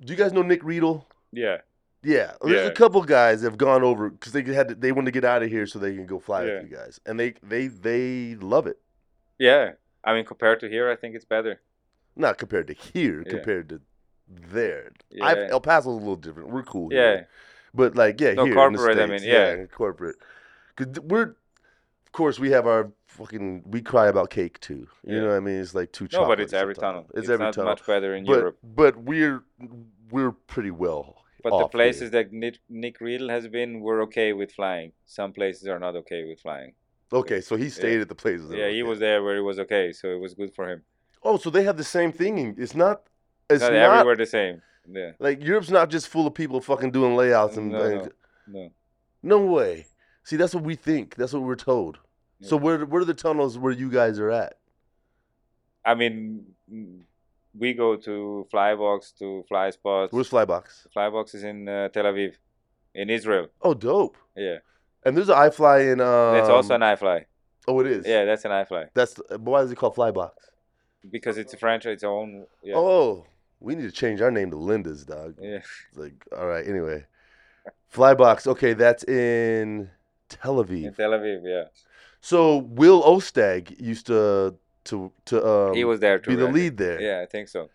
A: do you guys know Nick Riedel?
B: yeah,
A: Yeah, there's a
B: Yeah.
A: couple guys that have gone over because they had to, they want to get out of here so they can go fly
B: Yeah.
A: with you guys, and they they they love it.
B: yeah. I mean, compared to here, I think it's better.
A: Oh, Not compared to here,
B: Yeah.
A: compared to there.
B: Yeah.
A: I've, El Paso's a little different. We're cool. here.
B: Yeah,
A: But like, yeah,
B: No,
A: here
B: corporate, I
A: In the States,
B: mean, yeah.
A: corporate. Because we're, of course, we have our fucking. We cry about cake too. You
B: Yeah.
A: know what I mean? It's like two.
B: no, but
A: chocolates
B: it's every
A: sometimes.
B: tunnel.
A: It's, every
B: not
A: tunnel.
B: much better in
A: but
B: Europe.
A: but we're we're pretty well.
B: But the
A: off here.
B: places that Nick, Nick Riedel has been, we're okay with flying. Some places are not okay with flying.
A: Okay, so he stayed at the places. that
B: yeah,
A: were
B: he
A: okay.
B: was there where it was okay, so it was good for him.
A: Oh, so they have the same thing. in- It's not. It's
B: not,
A: not,
B: everywhere the same. Yeah,
A: like Europe's not just full of people fucking doing layouts and.
B: No,
A: and-
B: no.
A: no way. See, that's what we think. That's what we're told.
B: Yeah.
A: So where where are the tunnels where you guys are at?
B: I mean, mm, we go to fly box to fly spots.
A: Where's Flybox?
B: Flybox is in uh, Tel Aviv, in Israel.
A: Oh, dope.
B: Yeah,
A: And there's an iFly in. Um,
B: that's also an iFly.
A: Oh, it is.
B: Yeah, that's an iFly
A: That's but why is it called Flybox?
B: because it's a franchise, its own. Yeah.
A: Oh, we need to change our name to Linda's, dog.
B: yeah.
A: It's like, all right. Anyway, Flybox. Okay, that's in Tel Aviv.
B: in Tel Aviv. Yeah,
A: So Will Ostag used to to to um,
B: he was there too.
A: be the
B: right?
A: lead there.
B: Yeah, I think so.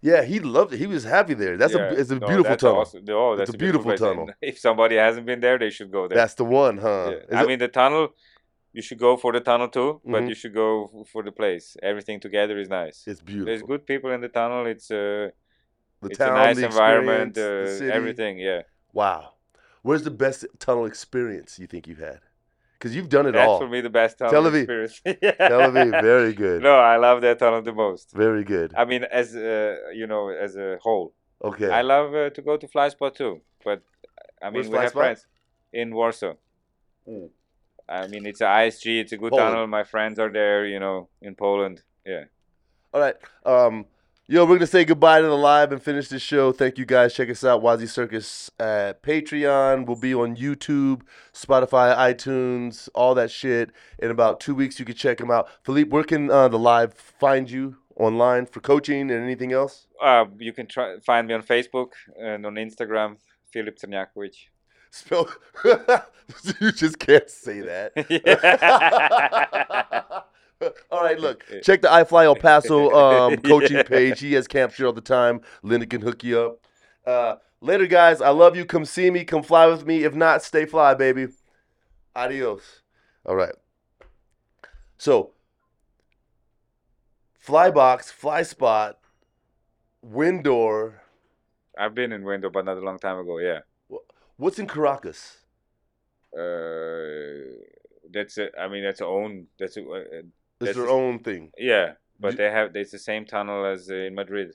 A: Yeah, he loved it. He was happy there. That's
B: Yeah.
A: a it's a
B: No,
A: beautiful
B: that's
A: tunnel.
B: awesome. Oh,
A: It's
B: that's
A: a beautiful
B: place. And
A: tunnel.
B: *laughs* If somebody hasn't been there, they should go there.
A: That's the one, huh?
B: Yeah.
A: Is
B: I
A: it-
B: mean, the tunnel, you should go for the tunnel too, but
A: Mhm.
B: you should go f- for the place. Everything together is nice.
A: it's
B: There's
A: beautiful.
B: good people in the tunnel. It's uh,
A: The
B: it's
A: town,
B: a nice
A: the
B: environment, uh,
A: experience, the city.
B: everything. Yeah,
A: Wow. Where's the best tunnel experience you think you've had? Because you've done it
B: that's
A: all. *laughs*
B: for me the best tunnel
A: Tel Aviv.
B: experience. *laughs*
A: Tel Aviv, very good.
B: No, I love that tunnel the most.
A: Very good.
B: I mean, as uh, you know, as a whole,
A: Okay.
B: I love uh, to go to Fly Spot too. But I mean,
A: Where's
B: we
A: Fly
B: have
A: Spot?
B: friends in Warsaw.
A: Mm.
B: I mean, it's a ISG. It's a good
A: Poland.
B: tunnel. My friends are there. You know, in Poland. Yeah.
A: All right. Um, yo, we're gonna say goodbye to the live and finish this show. Thank you guys. Check us out, Wazi Circus at Patreon. We'll be on YouTube, Spotify, iTunes, all that shit. In about two weeks, you can check them out. Philippe, where can uh, the live find you online for coaching and anything else?
B: Uh, you can try, find me on Facebook and on Instagram, Filip Trnjakovic.
A: *laughs* Spell. you just can't say that. All right, look. Check the I Fly El Paso um, coaching
B: *laughs* Yeah.
A: page. He has camps here all the time. Linda can hook you up. Uh, later, guys. I love you. Come see me. Come fly with me. If not, stay fly, baby. Adios. All right. So, fly box, fly spot, wind door.
B: I've been in Window, but not a long time ago. Yeah.
A: What's in Caracas?
B: Uh, that's a, I mean, that's a own. That's a, uh,
A: It's
B: This
A: their
B: is-
A: own thing.
B: yeah. But
A: You-
B: they have it's the same tunnel as uh, in Madrid.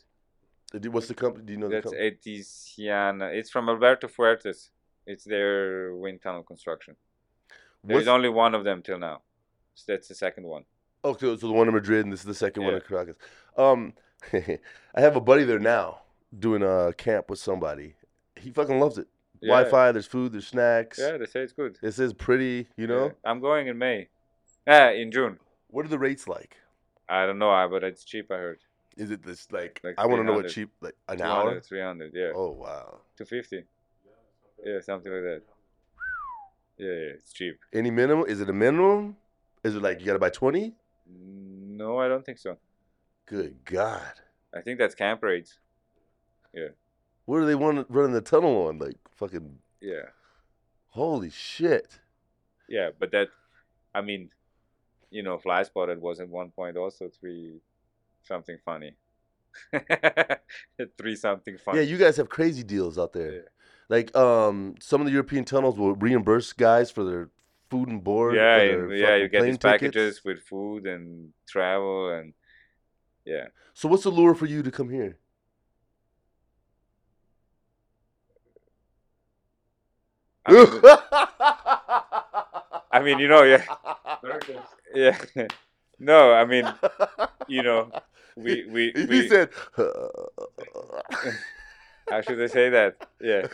A: What's the company? Do you know the
B: That's
A: company?
B: Etisiana. It's from Alberto Fuertes. It's their wind tunnel construction. There's
A: What's-
B: only one of them till now. So that's the second one.
A: Oh, so, so the one in Madrid, and this is the second one
B: Yeah.
A: in Caracas. Um, *laughs* I have a buddy there now doing a camp with somebody. He fucking loves it.
B: Yeah.
A: Wi-Fi, there's food, there's snacks.
B: Yeah, they say it's good.
A: This is pretty, you know.
B: Yeah. I'm going in May. Ah, in June.
A: What are the rates like?
B: I don't know, I- but it's cheap. I heard.
A: Is it this like?
B: Like
A: I want to know what
B: 300.
A: cheap like an
B: 200,
A: hour.
B: 300, yeah.
A: Oh wow!
B: 250. Yeah, something like that. Yeah, yeah, it's cheap.
A: Any minimum? Is it a minimum? Is it like you gotta buy twenty?
B: Mm, No, I don't think so.
A: Good God!
B: I think that's camp rates.
A: What are they want, running the tunnel on? Like fucking
B: Yeah.
A: holy shit!
B: Yeah, but that, I mean, you know, fly spotted was at one point also three something funny. *laughs* three something funny.
A: Yeah, you guys have crazy deals out there.
B: Yeah.
A: Like um, some of the European tunnels will reimburse guys for their food and board. for
B: yeah,
A: their
B: you, yeah,
A: fucking
B: you get
A: plane
B: these
A: tickets.
B: packages with food and travel and yeah,
A: So what's the lure for you to come here?
B: I mean, I mean, you know, yeah, yeah. *laughs* no, I mean, you know, we we,
A: *laughs* *laughs* he
B: we
A: said.
B: how should I say that? Yeah,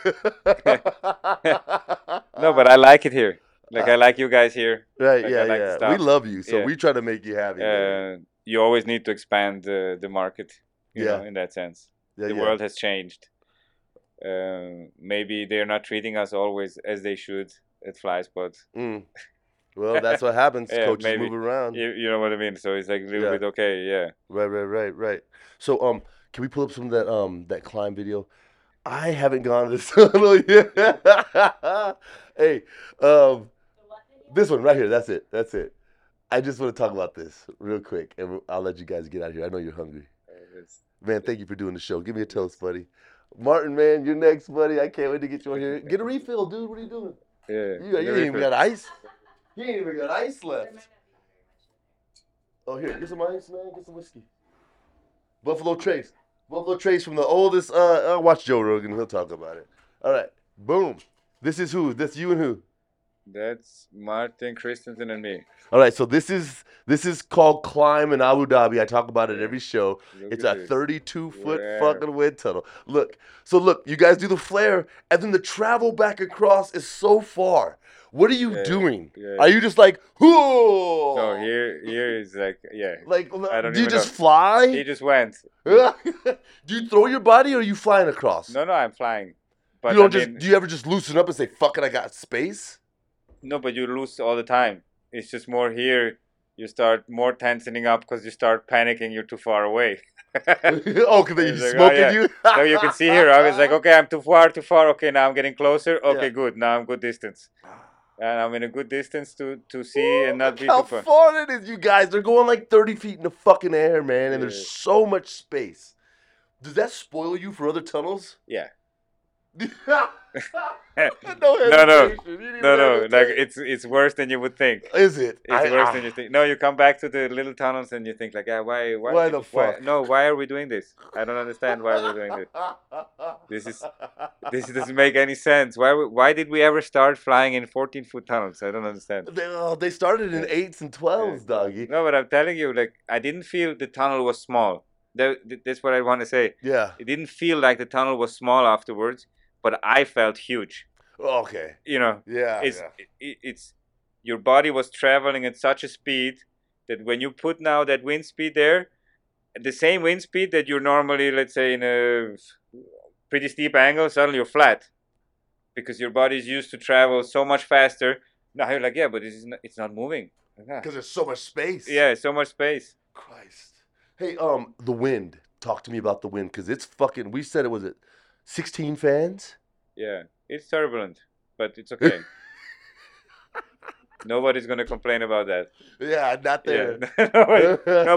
B: no, but
A: Uh,
B: I like it here. Like I like you guys here.
A: right,
B: like, I
A: yeah,
B: like the
A: yeah. We
B: stuff.
A: love you, so
B: Yeah.
A: we try to make you happy. man.
B: Uh, you always need to expand uh, the market. You
A: Yeah.
B: know, in that sense.
A: yeah,
B: the
A: yeah.
B: world has changed. Um, maybe they're not treating us always as they should at Flyspot.
A: Mm. Well, that's what happens.
B: *laughs* Yeah,
A: Coaches
B: maybe.
A: move around.
B: You, you know what I mean? So it's like a little
A: Um, Yeah.
B: bit okay, yeah.
A: Right, right, right, right. So, um, can we pull up some of that um that climb video? I haven't gone to *laughs* the tunnel yet. *laughs* Hey, um, this one right here. That's it. That's it. I just want to talk about this real quick, and we'll- I'll let you guys get out of here. I know you're hungry,
B: It's-
A: man. Thank you for doing the show. Give me a toast, buddy. Martin, man, you're next, buddy. I can't wait to get you on here. Get a refill, dude. What are you doing?
B: Yeah.
A: You, you
B: there
A: ain't
B: is
A: even
B: a-
A: got ice. You ain't even got ice left. Oh, here, get some ice, man. Get some whiskey. Buffalo Trace. Buffalo Trace from the oldest. Uh, uh, watch Joe Rogan. He'll talk about it. All right. Boom. This is who. That's you and who.
B: That's Martin Christensen and me.
A: All right. So this is this is called climb in Abu Dhabi. I talk about it every show.
B: Look
A: It's
B: at
A: a
B: this.
A: 32 foot
B: Yeah.
A: fucking wind tunnel. Look, so look, you guys do the flare, and then the travel back across is so far. What are you
B: Yeah,
A: doing?
B: yeah.
A: Are you just like, whoo?
B: No, here here is like yeah.
A: Like,
B: I don't
A: do you
B: even
A: just
B: know.
A: fly? *laughs*
B: He just went.
A: do you throw your body or are you flying across?
B: No, no, I'm flying. But
A: you don't
B: I
A: just.
B: mean- *laughs*
A: Do you ever just loosen up and say, "Fuck it, I got space"? *laughs*
B: no, but you lose all the time. It's just more here. You start more tensing up because you start panicking. You're too far away.
A: oh, because they
B: He's like, oh,
A: smoking
B: yeah.
A: you.
B: so you can see here. I was like, okay, I'm too far, too far. Okay, now I'm getting closer. Okay, good. Now I'm good distance, and I'm in a good distance to to see and not be
A: *laughs* How
B: too far.
A: far it is, you guys? They're going like 30 feet in the fucking air, man, and
B: Yeah.
A: there's so much space. Does that spoil you for other tunnels?
B: Yeah.
A: *laughs* no,
B: *laughs* no. *laughs* No, no,
A: no,
B: like it's it's worse than you would think.
A: Is it? ah.
B: It's worse than you think. No, you come back to the little tunnels and you think like, ah, why, why,
A: Why
B: did-
A: the fuck?
B: No, why are we doing this? I don't understand why we're doing
A: *laughs*
B: this. *laughs* This is- This doesn't make any sense. Why, we- why did we ever start flying in 14 foot tunnels? I don't understand.
A: They, oh, they started in
B: Yeah.
A: eights and twelves,
B: Yeah.
A: doggy.
B: No, but I'm telling you, like, I didn't feel the tunnel was small. That, th- that's what I want to say.
A: Yeah.
B: It didn't feel like the tunnel was small afterwards, but I felt huge.
A: Okay.
B: You know,
A: Yeah.
B: it's
A: Ah, yeah.
B: it, it's your body was traveling at such a speed that when you put now that wind speed there the same wind speed that you're normally let's say in a pretty steep angle suddenly you're flat because your body's used to travel so much faster now you're like yeah but it's not, it's not moving Yeah.
A: Because there's so much space.
B: yeah so much space
A: Christ. Hey, um, the wind. Talk to me about the wind, cause it's fucking. We said it was at 16 fans.
B: yeah it's turbulent but it's
A: *laughs*
B: okay nobody's going to complain about that
A: Yeah, not
B: *laughs*
A: there.
B: yeah Nobody- no,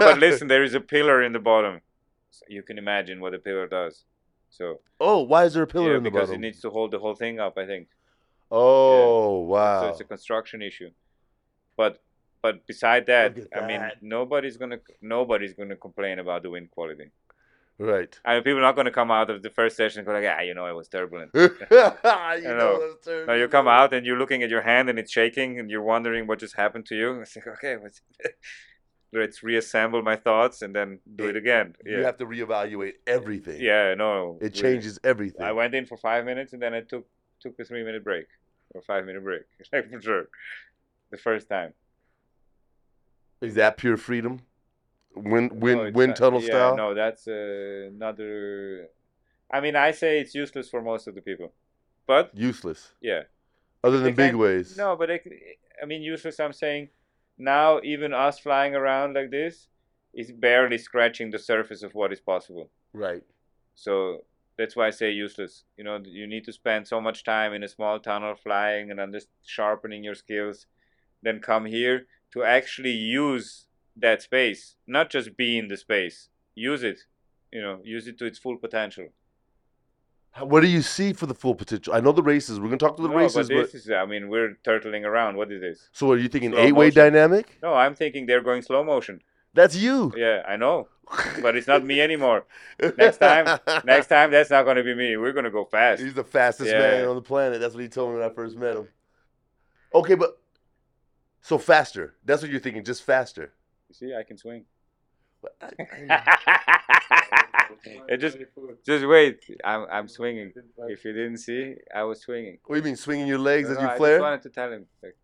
A: *laughs*
B: but listen, there is a pillar in the bottom. So you can imagine what a pillar does. So
A: Oh, why is there a pillar
B: yeah,
A: in the
B: because
A: bottom?
B: it needs to hold the whole thing up. I think
A: oh wow.
B: so. It's a construction issue. But but beside that,
A: Look at
B: I mean,
A: that.
B: nobody's gonna nobody's gonna complain about the wind quality. *laughs*
A: right.
B: I mean, people are not gonna come out of the first session and go like, ah, you know, it was turbulent.
A: *laughs* you
B: know.
A: know, that's
B: No, you come out and you're looking at your hand and it's shaking and you're wondering what just happened to you. *laughs* It's like, okay, what's let's reassemble my thoughts and then do it again.
A: You
B: Yeah,
A: have to reevaluate everything.
B: yeah, no,
A: It
B: we-
A: changes everything.
B: I went in for five minutes and then I took took the three minute break or five minute break, *laughs* like for sure, the first time.
A: Is that pure freedom? Wind, wind,
B: No, it's
A: wind
B: not-
A: tunnel
B: yeah,
A: style.
B: No, that's uh, another. I mean, I say it's useless for most of the people, but
A: Useless.
B: yeah,
A: Other than
B: They
A: big
B: can't-
A: ways.
B: no, but it, I mean, useless. I'm saying now, even us flying around like this is barely scratching the surface of what is possible.
A: Right.
B: So that's why I say useless. You know, you need to spend so much time in a small tunnel flying and under- sharpening your skills, then come here to actually use that space, not just be in the space. Use it, you know, use it to its full potential.
A: How- What do you see for the full potential? I know the races. We're gonna talk to the
B: no,
A: races,
B: but
A: but,
B: this is, I mean, we're turtling around. What is this?
A: so are you thinking
B: Slow
A: eight way
B: motion.
A: dynamic?
B: No, I'm thinking they're going slow motion.
A: That's you.
B: Yeah, I know, *laughs* but it's
A: *laughs*
B: not me anymore. Next time, Next time, that's not going to be me. We're going to go fast.
A: He's the fastest
B: Yeah.
A: man on the planet. That's what he told me when I first met him. Okay, but so faster. That's what you're thinking, just faster.
B: You see, I can swing.
A: But I-
B: *laughs* it
C: It's
B: just
C: very cool.
B: Just wait. I'm I'm swinging.
C: It's like-
B: If you didn't see, I was swinging.
A: what do you mean swinging your legs
B: No,
A: as
B: no,
A: you
B: I
A: flare?
B: just wanted to tell him. Like,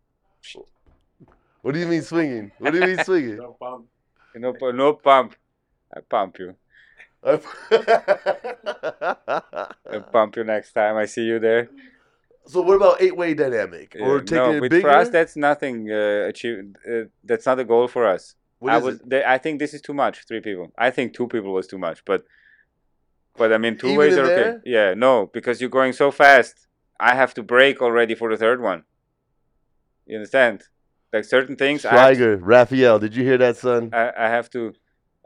A: What do you mean swinging? What do you mean swinging?
C: No pump.
B: no, pu- no pump. I pump you.
A: *laughs* Uh.
B: I pump you next time I see you there.
A: so what about eight way dynamic or
B: Yeah,
A: taking
B: no,
A: it
B: but
A: bigger?
B: for us, that's nothing. Uh, achieve. Uh, that's not a goal for us.
A: What
B: I
A: is
B: was.
A: it?
B: They, I think this is too much. Three people. I think two people was too much. But, but I mean, two
A: Even
B: ways
A: in
B: are
A: there?
B: okay. Yeah. No, because you're going so fast. I have to break already for the third one. You understand? Like certain things. I have to-
A: Schweiger, Raphael, did you hear that, son?
B: I, I have to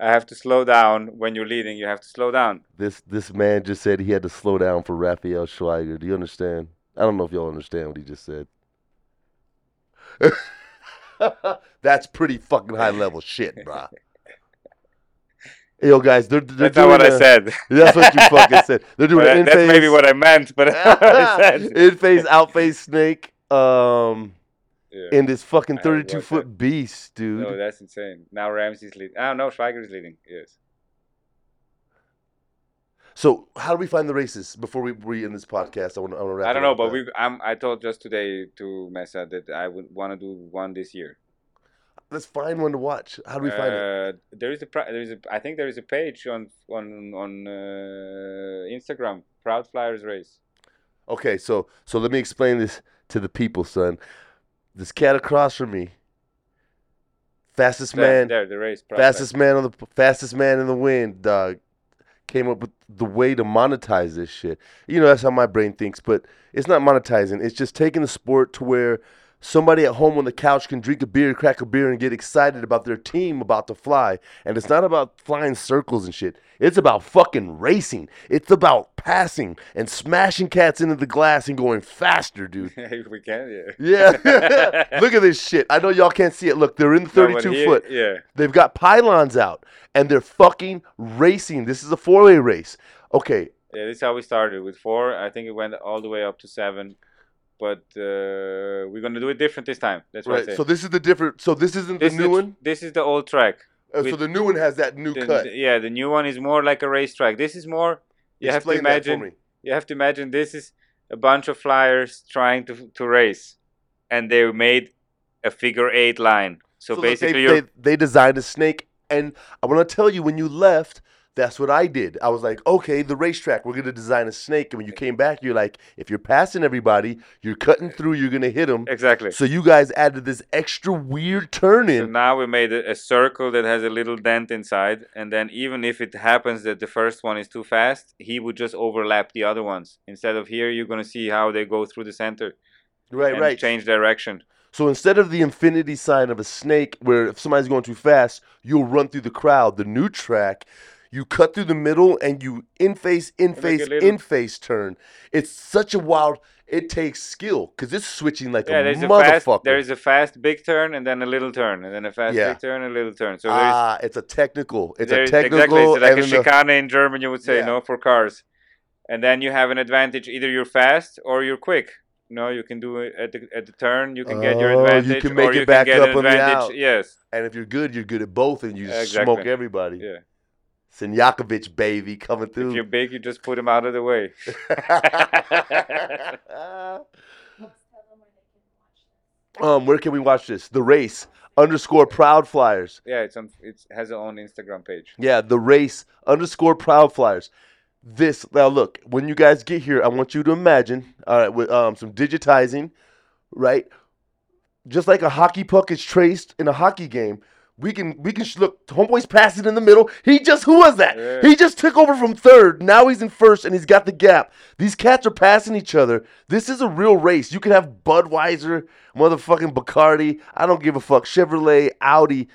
B: I have to slow down when you're leading. You have to slow down.
A: This this man just said he had to slow down for Raphael Schweiger. Do you understand? I don't know if y'all understand what he just said. *laughs* That's pretty fucking high level shit, bruh.
B: *laughs*
A: Yo, guys, they're, they're
B: That's not
A: doing
B: what I
A: a-
B: said.
A: *laughs* That's what you fucking said.
B: *laughs*
A: They're doing
B: But
A: in
B: that's
A: phase.
B: maybe what I meant, but *laughs* that's not what
A: *laughs*
B: I said.
A: in phase, out phase, snake. Um,
B: Yeah.
A: and this fucking
B: I heard
A: thirty-two
B: about
A: foot beast, dude.
B: No, that's insane. Now Ramsey's leading. Oh no, Schweiger's leading. Yes.
A: so, how do we find the races before we we end this podcast? I want to wrap.
B: I don't
A: it
B: know,
A: up
B: but
A: with
B: we I'm, I told just today to Mesa that I would want to do one this year.
A: that. let's find one to watch. How do we find it?
B: Uh, There is a pri- there is a I think there is a page on on on uh, Instagram Proud Flyers Race.
A: Okay, so so let me explain this to the people, son. This cat across from me Fastest
B: There-
A: man.
B: there, the race. prospect.
A: Fastest man on the fastest man in the wind, dog. Came up with the way to monetize this shit. You know, that's how my brain thinks, but it's not monetizing. It's just taking the sport to where somebody at home on the couch can drink a beer, crack a beer, and get excited about their team about to fly. And it's not about flying circles and shit. It's about fucking racing. It's about passing and smashing cats into the glass and going faster, dude.
B: if we can, *laughs* yeah.
A: Yeah. *laughs* Look at this shit. I know y'all can't see it. Look, they're in
B: No, but
A: 32
B: here-
A: foot.
B: Yeah.
A: They've got pylons out and they're fucking racing. This is a four way race. Okay,
B: Yeah, this is how we started with four. I think it went all the way up to seven, but uh, we're gonna do it different this time. That's what I
A: right.
B: say.
A: So this is the different. So this isn't
B: this
A: the
B: is
A: new
B: tr-
A: one.
B: This is the old track.
A: Uh, so
B: with-
A: the new one has that new
B: The-
A: cut.
B: the- yeah, the new one is more like a racetrack. This is more. You
A: Explain
B: have to imagine.
A: That for me.
B: You have to imagine this is a bunch of flyers trying to to race, and they made a figure eight line. So,
A: that
B: basically,
A: they,
B: you're,
A: they, they designed a snake, and I want to tell you, when you left, that's what I did. I was like, okay, the racetrack, we're gonna design a snake, and when you came back, you're like, if you're passing everybody, you're cutting through, you're gonna hit them.
B: exactly.
A: So you guys added this extra weird turn
B: So
A: in.
B: now we made a, a circle that has a little dent inside, and then even if it happens that the first one is too fast, he would just overlap the other ones. Instead of here, you're gonna see how they go through the center
A: Right,
B: and
A: right.
B: change direction.
A: So instead of the infinity sign of a snake, where if somebody's going too fast, you'll run through the crowd, the new track, you cut through the middle and you in face, in
B: a
A: face,
B: little-
A: in face turn. It's such a wild. It takes skill because it's switching like
B: Yeah,
A: a
B: there's a
A: motherfucker.
B: fast, there is a fast big turn, and then a little turn, and then a fast
A: Yeah.
B: big turn, and a little turn. So there's
A: ah, it's a technical. It's
B: There
A: a
B: is-
A: technical.
B: Exactly, it's like
A: and
B: a
A: then the-
B: chicane in German, you would say,
A: Yeah.
B: no, for cars. And then you have an advantage. Either you're fast or you're quick. No, you can do it at the, at the turn. You can get your
A: Oh, you
B: advantage.
A: can make
B: or
A: it
B: you
A: back
B: can get
A: up
B: an
A: on the out.
B: advantage. Yes.
A: and if you're good, you're good at both, and you just
B: Exactly.
A: smoke everybody.
B: Yeah.
A: Sinjakovic, baby, coming
B: If you're
A: through.
B: big, you just put them out of the way.
A: um, where can we watch this? The race underscore proud flyers.
B: Yeah, it's on. It has its own Instagram page.
A: Yeah, the race underscore proud flyers. This now look when you guys get here, I want you to imagine all right with um some digitizing, right? Just like a hockey puck is traced in a hockey game, we can we can sh- look. Homeboy's passing in the middle. He just who was that?
B: Yeah.
A: He just took over from third. Now he's in first and he's got the gap. These cats are passing each other. This is a real race. You can have Budweiser, motherfucking Bacardi. I don't give a fuck. Chevrolet, Audi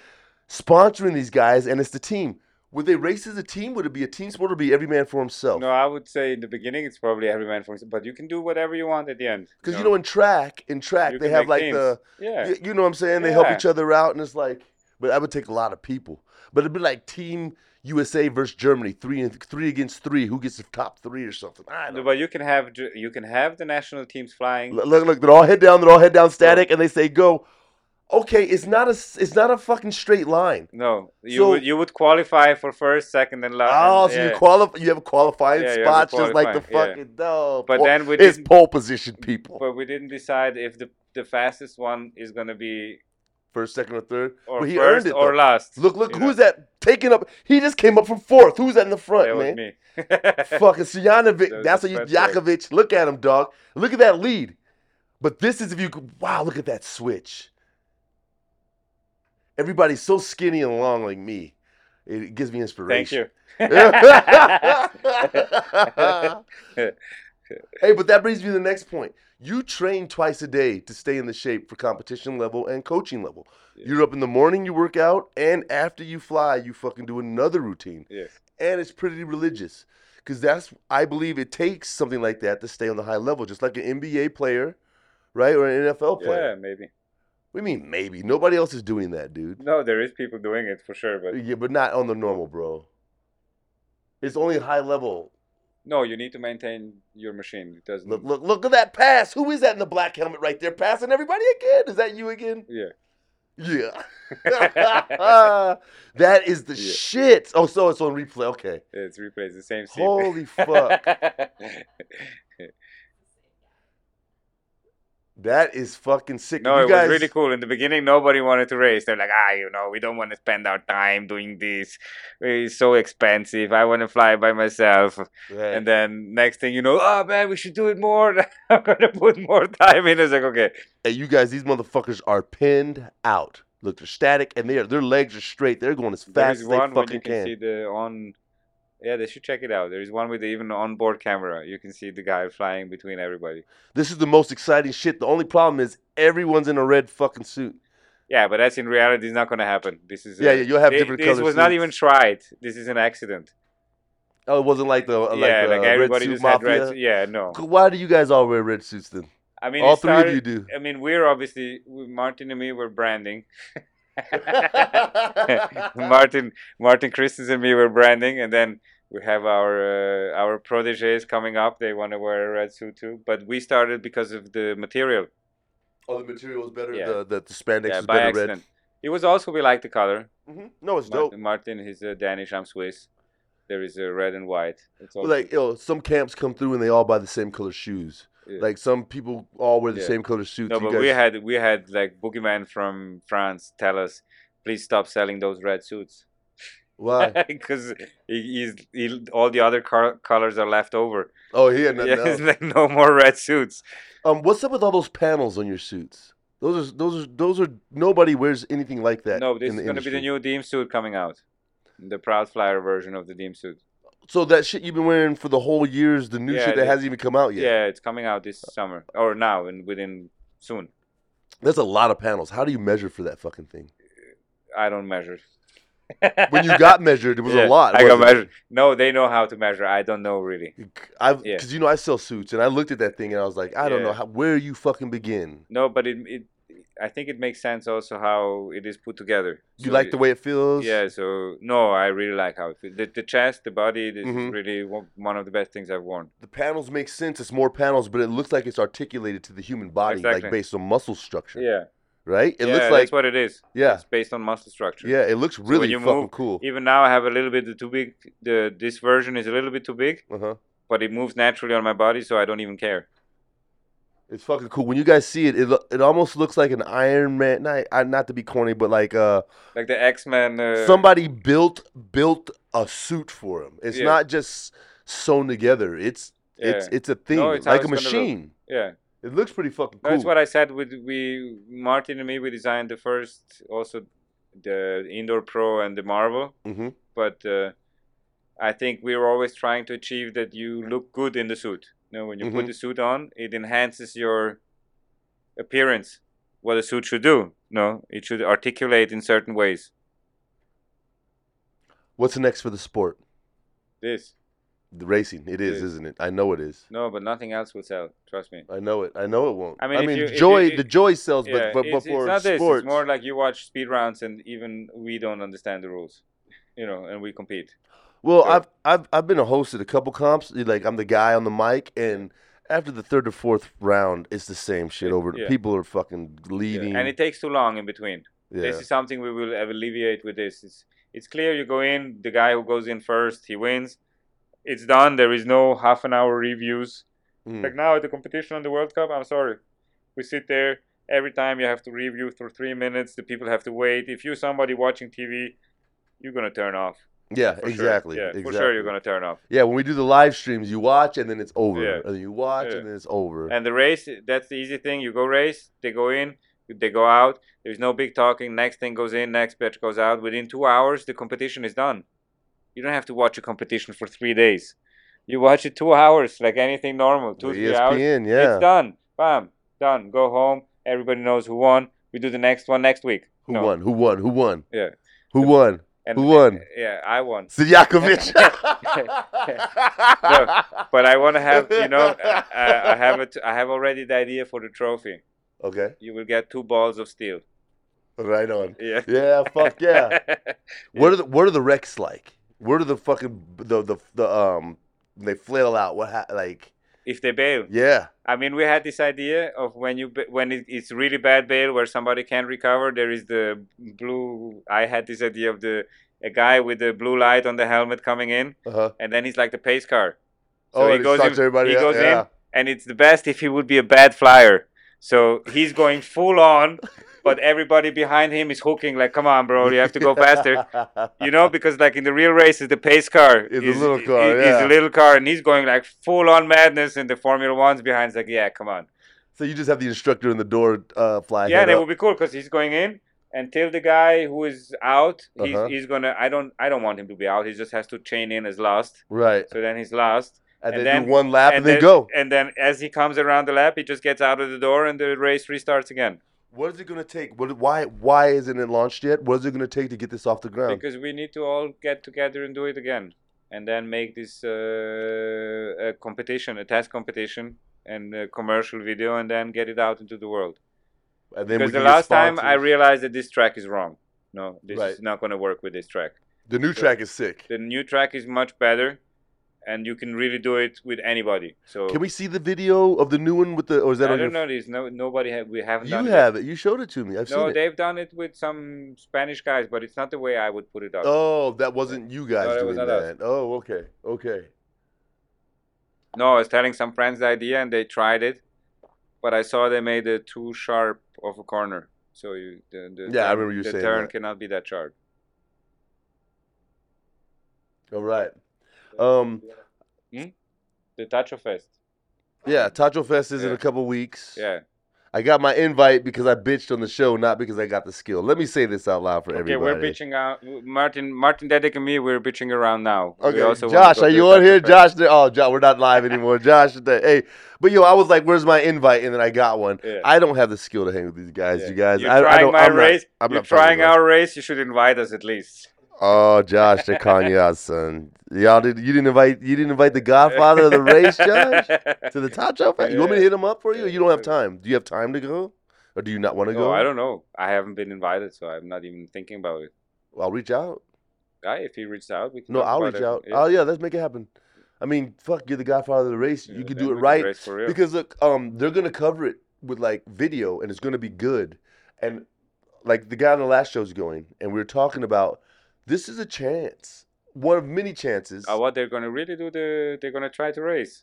A: sponsoring these guys, and it's the team. Would they race as a team? Would it be a team sport or be every man for himself?
B: No, I would say in the beginning it's probably every man for himself, but you can do whatever you want at the end.
A: Because you know, in track, in track,
B: you
A: they
B: can
A: have
B: make
A: like
B: teams.
A: the,
B: yeah.
A: you, you know, what I'm saying they help
B: Yeah.
A: each other out, and it's like, but that would take a lot of people. But it'd be like Team USA versus Germany, three and three against three. Who gets the top three or something? I don't know.
B: But you can have ju- you can have the national teams flying.
A: Look, look, look, they're all head down. They're all head down, static, and they say go. Okay, it's not a, s- it's not a fucking straight line.
B: No, you
A: So-
B: would you would qualify for first, second, and last.
A: Oh, so you qualify, you have qualifying
B: Yeah, you have a
A: spots, just like the
B: qualifying, yeah.
A: fucking no.
B: But
A: Pole-
B: then we
A: it's
B: didn't-
A: pole position, people.
B: But we didn't decide if the the fastest one is gonna be
A: first, second, or third.
B: or
A: but he
B: first
A: earned it.
B: or
A: though.
B: last.
A: Look, look,
B: you
A: who's
B: know.
A: that taking up? He just came up from fourth. Who's that in the front,
B: That
A: man?
B: was me. *laughs*
A: Fucking Sijanovic.
B: That was
A: That's
B: the
A: what you,
B: front guy.
A: Jakovic. Look at him, dog. Look at that lead. But this is if you. could- Wow, look at that switch. Everybody's so skinny and long like me. It gives me
B: Thank
A: inspiration.
B: you.
A: *laughs* hey, but that brings me to the next point. You train twice a day to stay in the shape for competition level and coaching level.
B: Yeah.
A: You're up in the morning, you work out, and after you fly, you fucking do another routine.
B: Yes.
A: And it's pretty religious. Because that's, I believe it takes something like that to stay on the high level, just like an NBA player, right? Or an NFL player.
B: Yeah, maybe.
A: We mean, maybe. Nobody else is doing that, dude.
B: No, there is people doing it for sure, but
A: Yeah, but not on the normal, bro. It's only high level.
B: no, you need to maintain your machine. It doesn't.
A: Look, look, look at that pass. Who is that in the black helmet right there passing everybody again? Is that you again?
B: Yeah. *laughs*
A: Yeah. *laughs* that is the
B: Yeah.
A: shit. Oh, so it's on replay. Okay.
B: It's replays the same scene. *laughs*
A: Holy fuck. That is fucking sick.
B: No,
A: you
B: it
A: guys,
B: was really cool. In the beginning, nobody wanted to race. They're like, ah, you know, we don't want to spend our time doing this. It's so expensive. I want to fly by myself.
A: Yeah.
B: And then next thing you know, oh man, we should do it more. *laughs* I'm gonna put more time in. It's like okay,
A: Hey, you guys, these motherfuckers are pinned out. Look, they're static and they are, their legs are straight. They're going as
B: There
A: fast
B: is
A: as
B: one
A: they
B: where you
A: fucking
B: can, see
A: can.
B: the on. Yeah, they should check it out. There is one with the even onboard camera. You can see the guy flying between everybody.
A: This is the most exciting shit. The only problem is everyone's in a red fucking suit.
B: Yeah, but that's in reality it's not gonna happen. This is
A: Yeah, yeah, you'll have
B: thi-
A: different
B: This
A: color
B: was not
A: suits.
B: even tried. This is an accident.
A: Oh, it wasn't like the like,
B: yeah,
A: the
B: like
A: red
B: everybody
A: suit
B: just
A: mafia.
B: had red. su- Yeah, no.
A: Why do you guys all wear red suits then?
B: I mean,
A: all
B: it
A: three
B: started,
A: of you
B: *laughs*
A: do.
B: I mean, we're obviously we- Martin and me
A: *laughs*
B: were branding. *laughs* Martin, Martin Christensen and me were branding, and then we have our uh, our proteges coming up. They want to wear a red suit too, but we started because of the material.
A: Oh, the material was better.
B: Yeah.
A: The, the, the spandex
B: yeah,
A: was
B: by
A: better
B: accident. It was also we like the color.
A: red. hmm No, it's dope.
B: Martin, Martin is uh, Danish. I'm Swiss. There is a red and white. It's also,
A: Like, yo, some camps come through and they all buy the same color shoes.
B: Yeah.
A: Like some people all wear the
B: Yeah.
A: same color suits.
B: no,
A: You
B: but
A: guys-
B: we had we had like boogeyman from France tell us, please stop selling those red suits. *laughs*
A: why?
B: because he, he's he, all the other car- colors are left over.
A: Oh, he had nothing
B: *laughs* Yeah,
A: else.
B: it's like no more red suits.
A: Um, what's up with all those panels on your suits? Those are those are those are nobody wears anything like that.
B: no, this
A: in
B: is
A: the
B: going to be the
A: industry.
B: new Deem suit coming out, the Proud Flyer version of the Deem suit.
A: So that shit you've been wearing for the whole year is the new
B: Yeah,
A: shit that
B: the-
A: hasn't even come out
B: Yeah.
A: yet.
B: it's coming out this summer or now and within soon.
A: That's a lot of panels. How do you measure for that fucking thing?
B: I don't measure.
A: *laughs* When you got measured, it was
B: *laughs* Yeah,
A: a lot.
B: I got
A: wasn't it?
B: measured. No, they know how to measure. I don't know really.
A: I've
B: Yeah.
A: because you know I sell suits, and I looked at that thing and I was like, I don't
B: Yeah.
A: know how, where you fucking begin.
B: No, but it, it I think it makes sense also how it is put together.
A: You like the way it feels.
B: Yeah, so no, I really like how it feels. The, the chest, the body, this
A: Mhm.
B: is really one one of the best things I've worn.
A: the panels make sense. It's more panels, but it looks like it's articulated to the human body, like
B: Exactly.
A: based on muscle structure.
B: Yeah,
A: Right? It
B: yeah,
A: looks
B: that's
A: like
B: what it is.
A: yeah,
B: It's based on muscle structure.
A: yeah. It looks really
B: you
A: fucking
B: move-
A: cool.
B: Even now, I have a little bit too big. The this version is a little bit too big,
A: Uh huh.
B: but it moves naturally on my body, so I don't even care.
A: It's fucking cool. When you guys see it, it lo- it almost looks like an Iron Man. Not I- not to be corny, but like uh,
B: Like the X Men. Uh,
A: somebody built built a suit for him. It's
B: Yeah.
A: not just sewn together. It's
B: yeah.
A: it's it's a thing,
B: it's how
A: like a
B: it's gonna look.
A: machine.
B: yeah.
A: It looks pretty fucking cool.
B: That's what I said. With we Martin and me, we designed the first, also the indoor pro and the marble.
A: hmm
B: but uh, I think we were always trying to achieve that you look good in the suit. You know, when you put
A: Mhm.
B: the suit on, it enhances your appearance. What a suit should do, no, it should articulate in certain ways.
A: What's next for the sport?
B: This,
A: The racing. It is,
B: Yeah.
A: isn't it? I know it is.
B: no, but nothing else will sell. Trust me.
A: I know it. I know it won't. I
B: I
A: mean,
B: mean, if you- if you-
A: joy.
B: if-
A: the joy sells,
B: Yeah,
A: but but, but
B: it's,
A: for
B: it's not this.
A: sports,
B: It's more like you watch speed rounds, and even we don't understand the rules, you know, and we compete.
A: Well,
B: Sure.
A: I've I've I've been a host at a couple comps. Like I'm the guy on the mic, and after the third or fourth round, it's the same shit
B: Yeah,
A: over.
B: yeah.
A: People are fucking
B: Yeah,
A: leading. Yeah,
B: And it takes too long in between. This
A: yeah.
B: is something we will alleviate with this. It's, it's clear you go in, the guy who goes in first, he wins. It's done. There is no half an hour reviews.
A: Mm.
B: Like now at the competition on the World Cup, I'm sorry. We sit there every time you have to review for three minutes, the people have to wait. If you're somebody watching TV, you're going to turn off.
A: yeah
B: for sure.
A: exactly.
B: Yeah,
A: exactly.
B: for sure you're going to turn off.
A: Yeah, when we do the live streams, you watch and then it's over,
B: Yeah.
A: and then you watch
B: Yeah.
A: and then it's over.
B: And the race, that's the easy thing. You go race, they go in, they go out. There's no big talking. Next thing goes in, next batch goes out. Within two hours, the competition is done. You don't have to watch a competition for three days. You watch it two hours, like anything normal, two,
A: With
B: three hours.
A: ESPN, yeah.
B: It's done. Bam, done. Go home. Everybody knows who won. We do the next one next week.
A: Who
B: No.
A: won? Who won? Who won?
B: Yeah.
A: Who won?
B: And,
A: Who won?
B: Yeah, I won. *laughs*
A: *laughs* Sijakovic.
B: But I want to have,
A: *laughs*
B: you know, I, I I have it. I have already the idea for the trophy.
A: okay,
B: You will get two balls of steel.
A: right on.
B: Yeah.
A: Yeah, fuck yeah. What are the what are the wrecks like? What are the fucking the the, the um they flail out? What ha- like
B: *laughs* if they bail.
A: yeah
B: I mean, we had this idea of when you ba- when it, it's really bad bail where somebody can't recover. There is the blue. I had this idea of the a guy with the blue light on the helmet coming in,
A: uh-huh.
B: and then he's like the pace car, So
A: oh
B: he
A: and it
B: goes
A: sucks
B: in-
A: everybody
B: he
A: out,
B: goes in,
A: yeah.
B: and it's the best if he would be a bad flyer. So he's going full on, but everybody behind him is hooking like, "Come on, bro, you have to
A: *laughs*
B: go faster." you know, because like in the real races, the pace car
A: Is a little car,
B: is,
A: yeah.
B: a little car, and he's going like full on madness, and the Formula One's behind is like, yeah, come on,
A: so you just have the instructor in the door uh fly
B: yeah,
A: head
B: and it
A: up.
B: would be cool because he's going in, until the guy who is out,
A: Uh-huh.
B: he's, he's gonna. I don't. I don't want him to be out. He just has to chain in his last.
A: Right.
B: So then he's last.
A: And,
B: and
A: then,
B: then-
A: do one lap and, then,
B: then
A: go.
B: And then as he comes around the lap, he just gets out of the door, and the race restarts again.
A: What is it gonna take? What, why why isn't it launched yet? What is it gonna take to get this off the ground?
B: Because we need to all get together and do it again, and then make this uh, a competition, a test competition, and a commercial video, and then get it out into the world.
A: and then
B: because
A: we
B: the
A: can get
B: last time I
A: sponsors.
B: realized that this track is wrong. No, this
A: Right.
B: is not going to work with this track.
A: the new track is sick.
B: The new track is much better, and you can really do it with anybody. So
A: Can we see the video of the new one with the? Or is that
B: I
A: on your?
B: don't know this. No, nobody ha- we haven't.
A: You
B: done
A: have it. You showed it to me. I've
B: It. No,
A: seen it.
B: they've done it with some Spanish guys, but it's not the way I would put it up.
A: Oh, that wasn't you guys
B: that
A: doing
B: was
A: that.
B: not us.
A: Oh, okay, okay.
B: No, I was telling some friends the idea, and they tried it, but I saw they made it too sharp of a corner. So you, the, the
A: Yeah, I
B: turn-
A: remember you
B: the
A: saying
B: turn
A: that.
B: cannot be that sharp.
A: All right. Um,
B: The Tacho Fest.
A: yeah, Tacho Fest is in
B: Yeah.
A: a couple weeks.
B: Yeah.
A: I got my invite because I bitched on the show, not because I got the skill. Let me say this out loud for
B: Okay,
A: everybody.
B: we're bitching out. Martin, Martin Dedek and me, we're bitching around now. We
A: Okay,
B: also wanna
A: Josh,
B: go
A: are
B: to
A: you
B: the
A: on here?
B: Tacho Fest.
A: Josh, oh, Josh, we're not live
B: *laughs*
A: anymore. Josh, today. hey, but yo, I was like, "Where's my invite?" And then I got one.
B: Yeah.
A: I don't have the skill to hang with these guys.
B: Yeah.
A: You guys,
B: You're
A: I,
B: trying
A: I don't.
B: my
A: I'm not-
B: race.
A: I'm
B: You're
A: not fucking
B: trying
A: with
B: our race. You should invite us at least.
A: Oh, Josh, they're calling
B: *laughs*
A: you out, son. Y'all did you didn't invite you didn't invite the Godfather of the
B: *laughs*
A: race, Josh, to the top shelf. You want me to hit him up for you? Or you don't have time. Do you have time to go, or do you not want to
B: No,
A: go?
B: I don't know. I haven't been invited, so I'm not even thinking about it.
A: I'll reach out.
B: Guy, if he reached out, we can.
A: No,
B: talk
A: I'll
B: about
A: reach
B: it.
A: out.
B: Yeah.
A: Oh yeah, let's make it happen. I mean, fuck, you're the Godfather of the race.
B: Yeah,
A: you can
B: then
A: do it
B: we
A: right
B: race for real.
A: because look, um, they're gonna cover it with like video, and it's gonna be good. And like the guy on the last show's going, and we were talking about this is a chance, one of many chances.
B: Uh, what they're gonna really do? The, they're gonna try to race.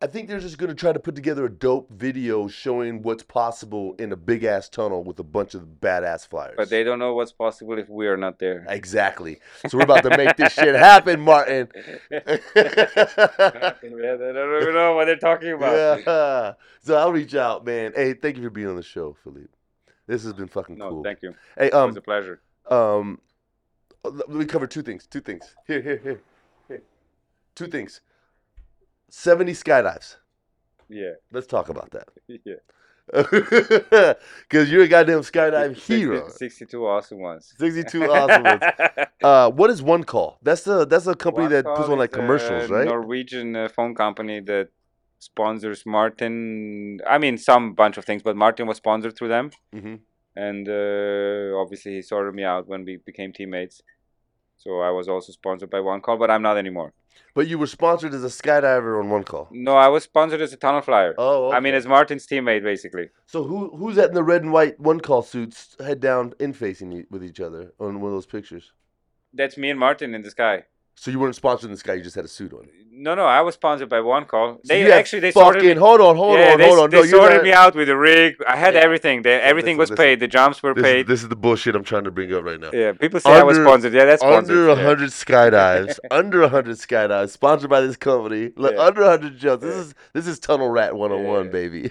A: I think they're just gonna try to put together a dope video showing what's possible in a big ass tunnel with a bunch of badass flyers.
B: But they don't know what's possible if we are not there. *laughs*
A: exactly. So we're about to make this shit happen, Martin. *laughs*
B: I don't even know what they're talking *laughs* about.
A: yeah. So I'll reach out, man. Hey, thank you for being on the show, Philippe. This has been fucking
B: No,
A: cool.
B: thank you.
A: hey,
B: It was
A: um,
B: a pleasure.
A: um, let me cover two things. Two things. Here, here, here, here. Two things. Seventy skydives.
B: Yeah, *laughs*
A: Let's talk about that. *laughs*
B: yeah.
A: Because you're a goddamn skydive
B: 60
A: hero.
B: *laughs* Sixty-two awesome ones.
A: 62 awesome
B: *laughs*
A: ones. Uh, what is One Call? That's the that's a company that
B: One
A: puts
B: Call
A: on like
B: is a
A: commercials, right?
B: Norwegian uh, phone company that sponsors Martin. I mean, some bunch of things, but Martin was sponsored through them,
A: hmm
B: and uh, obviously he sorted me out when we became teammates. So I was also sponsored by One Call, but I'm not anymore.
A: But you were sponsored as a skydiver on One Call.
B: No, I was sponsored as a tunnel flyer.
A: Oh,
B: I mean,
A: okay.
B: as Martin's teammate, basically.
A: so who who's that in the red and white One Call suits, head down, in facing e- with each other on one of those pictures?
B: That's me and Martin in the sky.
A: So you weren't sponsored in this guy; you just had a suit on.
B: No, no, I was sponsored by One Call.
A: So
B: They
A: you had
B: actually they sorted
A: fucking
B: me.
A: hold on, hold
B: yeah,
A: on,
B: they,
A: hold on.
B: they
A: No, you're
B: sorted
A: not-
B: me out with the rig. I had everything. They, everything
A: listen,
B: was
A: listen.
B: paid. The jumps were
A: This,
B: paid.
A: is- this is the bullshit I'm trying to bring up right now.
B: Yeah, people say I was
A: Under-
B: sponsored. Yeah, that's sponsored.
A: Under
B: yeah.
A: 100
B: *laughs*
A: skydives, under 100 skydives, sponsored by this company. Look,
B: Yeah.
A: under 100 jumps. This
B: Yeah.
A: is this is Tunnel Rat 101,
B: Yeah.
A: baby.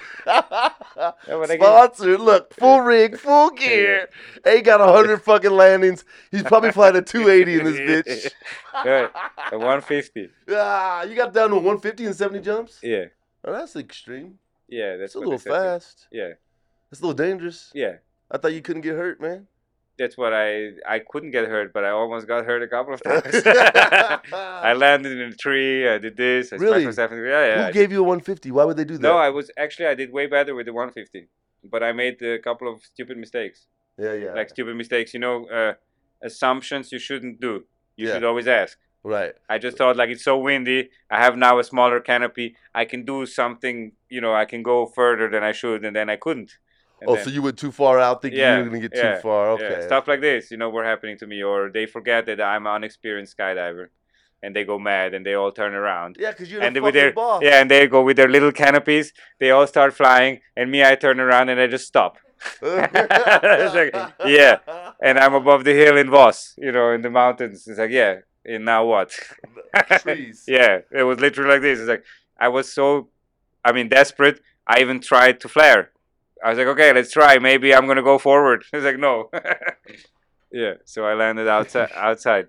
A: *laughs*
B: Yeah, but I get-
A: Sponsored. Look, full rig,
B: *laughs*
A: full gear. Ain't got 100 fucking landings. He's probably flying a 280
B: *laughs*
A: in this
B: Yeah,
A: bitch.
B: the 150.
A: *laughs* ah, you got down to 150 and 70 jumps?
B: Yeah,
A: Oh, that's extreme.
B: yeah, that's
A: That's a
B: what
A: little
B: they said.
A: fast.
B: Yeah,
A: That's a little dangerous.
B: yeah,
A: I thought you couldn't get hurt, man.
B: that's what I I couldn't get hurt, but I almost got hurt a couple
A: *laughs*
B: of times. *laughs* I landed in a tree. I did this. I smacked
A: Really?
B: myself in the- yeah, yeah. I
A: Who gave you a 150? Why would they do that?
B: No, I was actually I did way better with the 150, but I made a couple of stupid mistakes.
A: yeah, yeah.
B: Like stupid mistakes, you know, uh, assumptions you shouldn't do. You
A: Yeah.
B: should always ask.
A: right.
B: I just thought like it's so windy. I have now a smaller canopy. I can do something. You know, I can go further than I should, and then I couldn't. And
A: oh,
B: then-
A: so you went too far out thinking
B: Yeah,
A: you were gonna get
B: yeah,
A: too far.
B: yeah,
A: Okay.
B: stuff like this, you know, were happening to me, or they forget that I'm an experienced skydiver, and they go mad, and they all turn around.
A: Yeah, because you're
B: And
A: the
B: with
A: fucking
B: their
A: boss.
B: yeah, *laughs* and they go with their little canopies. They all start flying, and me, I turn around and I just stop, It's like, yeah. and I'm above the hill in Voss, you know, in the mountains. It's like yeah, and now what?
A: *laughs* Trees.
B: *laughs* Yeah, it was literally like this. It's like I was so, I mean, desperate. I even tried to flare. I was like, okay, let's try. Maybe I'm gonna go forward. *laughs* He's like, no. yeah. So I
A: *laughs*
B: landed outside. Outside.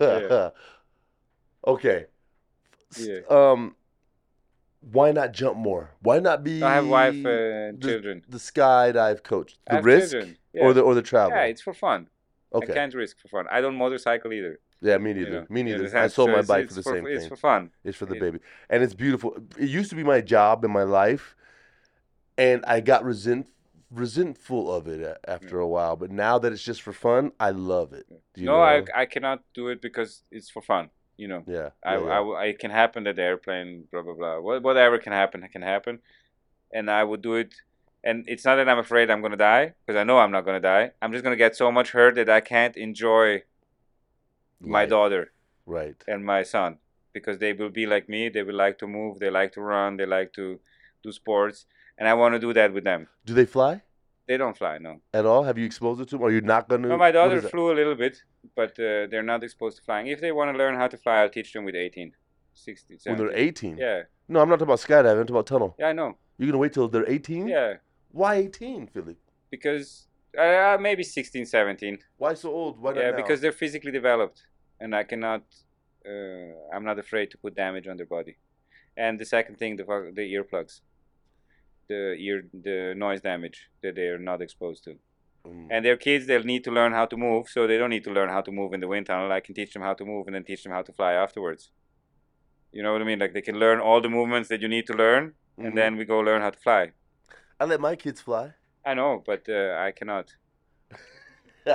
B: Yeah.
A: *laughs* okay. S-
B: Yeah.
A: Um, why not jump more? Why not be?
B: I have wife and
A: the-
B: children.
A: The skydive coach.
B: I
A: The
B: have
A: risk
B: children.
A: or the or the travel.
B: yeah, it's for fun. I
A: okay.
B: can't risk for fun. I don't motorcycle either.
A: Yeah, me
B: you
A: neither.
B: know.
A: Me
B: You
A: neither. I
B: understand?
A: sold
B: So
A: my
B: it's-
A: bike
B: it's
A: for the same
B: It's
A: thing.
B: for fun.
A: It's for the
B: It-
A: baby. And it's beautiful. It used to be my job in my life, and I got resent resentful of it a- after a while. But now that it's just for fun, I love it. You
B: Mm. no,
A: know?
B: I, I cannot do it because it's for fun. You know,
A: yeah, yeah,
B: I,
A: yeah.
B: I, I- it can happen that the airplane, blah blah blah, Wha- whatever can happen, it can happen, and I would do it. And it's not that I'm afraid I'm gonna die because I know I'm not gonna die. I'm just gonna get so much hurt that I can't enjoy my
A: Life.
B: daughter
A: Right.
B: and my son because they will be like me. They will like to move. They like to run. They like to do sports, and I want to do that with them.
A: Do they fly
B: They don't fly, no.
A: at all? Have you exposed it to them? Are you not going to?
B: No, my daughter flew a little bit, but uh, they're not exposed to flying. If they want to learn how to fly, I'll teach them with 18, 16,
A: when
B: 17.
A: they're 18.
B: Yeah,
A: No, I'm not talking about skydiving. I'm talking about tunnel.
B: yeah, I know.
A: You're going to wait till they're 18?
B: Yeah,
A: Why 18, Philly?
B: because uh, maybe 16, 17.
A: Why so old? Why not
B: yeah,
A: now? Mm,
B: because they're physically developed, and I cannot. Uh, I'm not afraid to put damage on their body. And the second thing, the vo- the earplugs, the ear, the noise damage that they are not exposed to.
A: Mm.
B: And their kids, they'll need to learn how to move, so they don't need to learn how to move in the wind tunnel. I can teach them how to move and then teach them how to fly afterwards. You know what I mean? Like they can learn all the movements that you need to learn,
A: Mhm.
B: and then we go learn how to fly.
A: I let my kids fly.
B: I know, but uh, I cannot.
A: *laughs*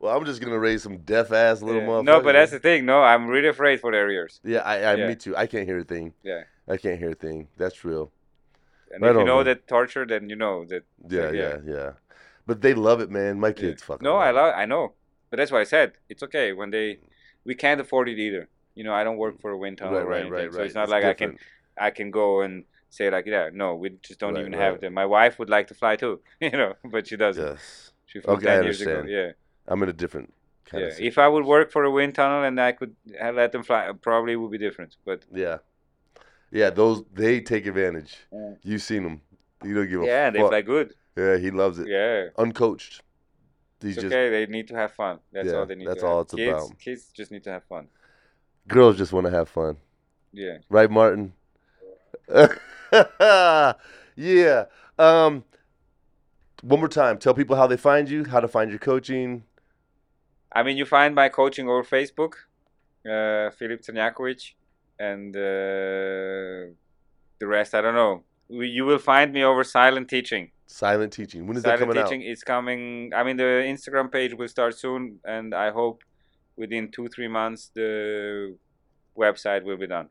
A: well, I'm just going to raise some deaf ass little
B: Yeah.
A: motherfuckers.
B: No, but that's
A: man.
B: the thing. No, I'm really afraid for their ears.
A: Yeah, I, I
B: Yeah.
A: me too. I can't hear a thing.
B: Yeah.
A: I can't hear a thing. That's real.
B: And
A: Right
B: if you
A: on,
B: know
A: man.
B: that torture, then you know that.
A: Yeah,
B: Like,
A: yeah,
B: yeah.
A: yeah. But they love it, man. My kids fucking
B: No, I
A: love
B: love. I know, but that's why I said it's okay when they. We can't afford it either. You know, I don't work for a wind
A: it.
B: tunnel
A: Right,
B: or
A: right,
B: anything,
A: right, right.
B: so it's not like I
A: different.
B: can I can go and say like, yeah, no, we just don't
A: Right,
B: even have
A: right.
B: them. My wife would like to fly too, *laughs* you know, but she doesn't.
A: Yes.
B: She flew
A: Okay, I
B: ten years ago.
A: understand.
B: Yeah,
A: I'm in a different kind
B: yeah.
A: of
B: If I would work for a wind tunnel and I could uh, let them fly, uh, probably would be different. But
A: Yeah. Yeah, those they take advantage.
B: Mm.
A: You've seen them. You don't give a
B: yeah, they
A: fuck.
B: fly good.
A: yeah, he loves it.
B: Yeah.
A: Uncoached. He's
B: It's
A: just
B: okay. They need to have fun. That's
A: Yeah,
B: all they need.
A: that's
B: to have.
A: all it's
B: kids,
A: about.
B: Kids just need to have fun.
A: girls just want to have fun.
B: Yeah.
A: Right, Martin? *laughs* yeah. Um one more time, tell people how they find you, how to find your coaching.
B: I mean, you find my coaching over Facebook, uh, Filip Trnjakovic, and uh, the rest. I don't know. We- You will find me over Silent Teaching.
A: Silent teaching. When is
B: Silent
A: that coming
B: Teaching is coming. I mean, the Instagram page will start soon, and I hope within two three months the website will be done.
A: out?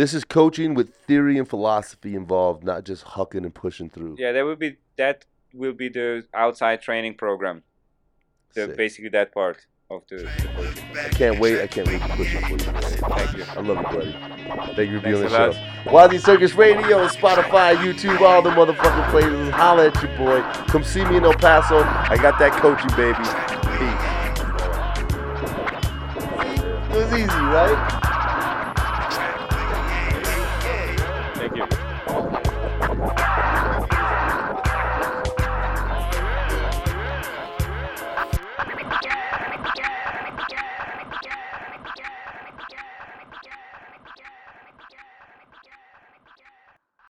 A: This is coaching with theory and philosophy involved, not just hucking and pushing through.
B: Yeah, there will be that will be the outside training program. The,
A: Sick.
B: basically that part of the. the coaching.
A: I can't wait. I can't wait to push it for you.
B: Thank you.
A: I love it, buddy. Thank you for being on the
B: Thanks
A: show.
B: a
A: Wazzy Circus Radio, Spotify, YouTube, all the motherfucking places. Holla at your boy. Come see me in El Paso. I got that coaching, baby. Peace. It was easy, right?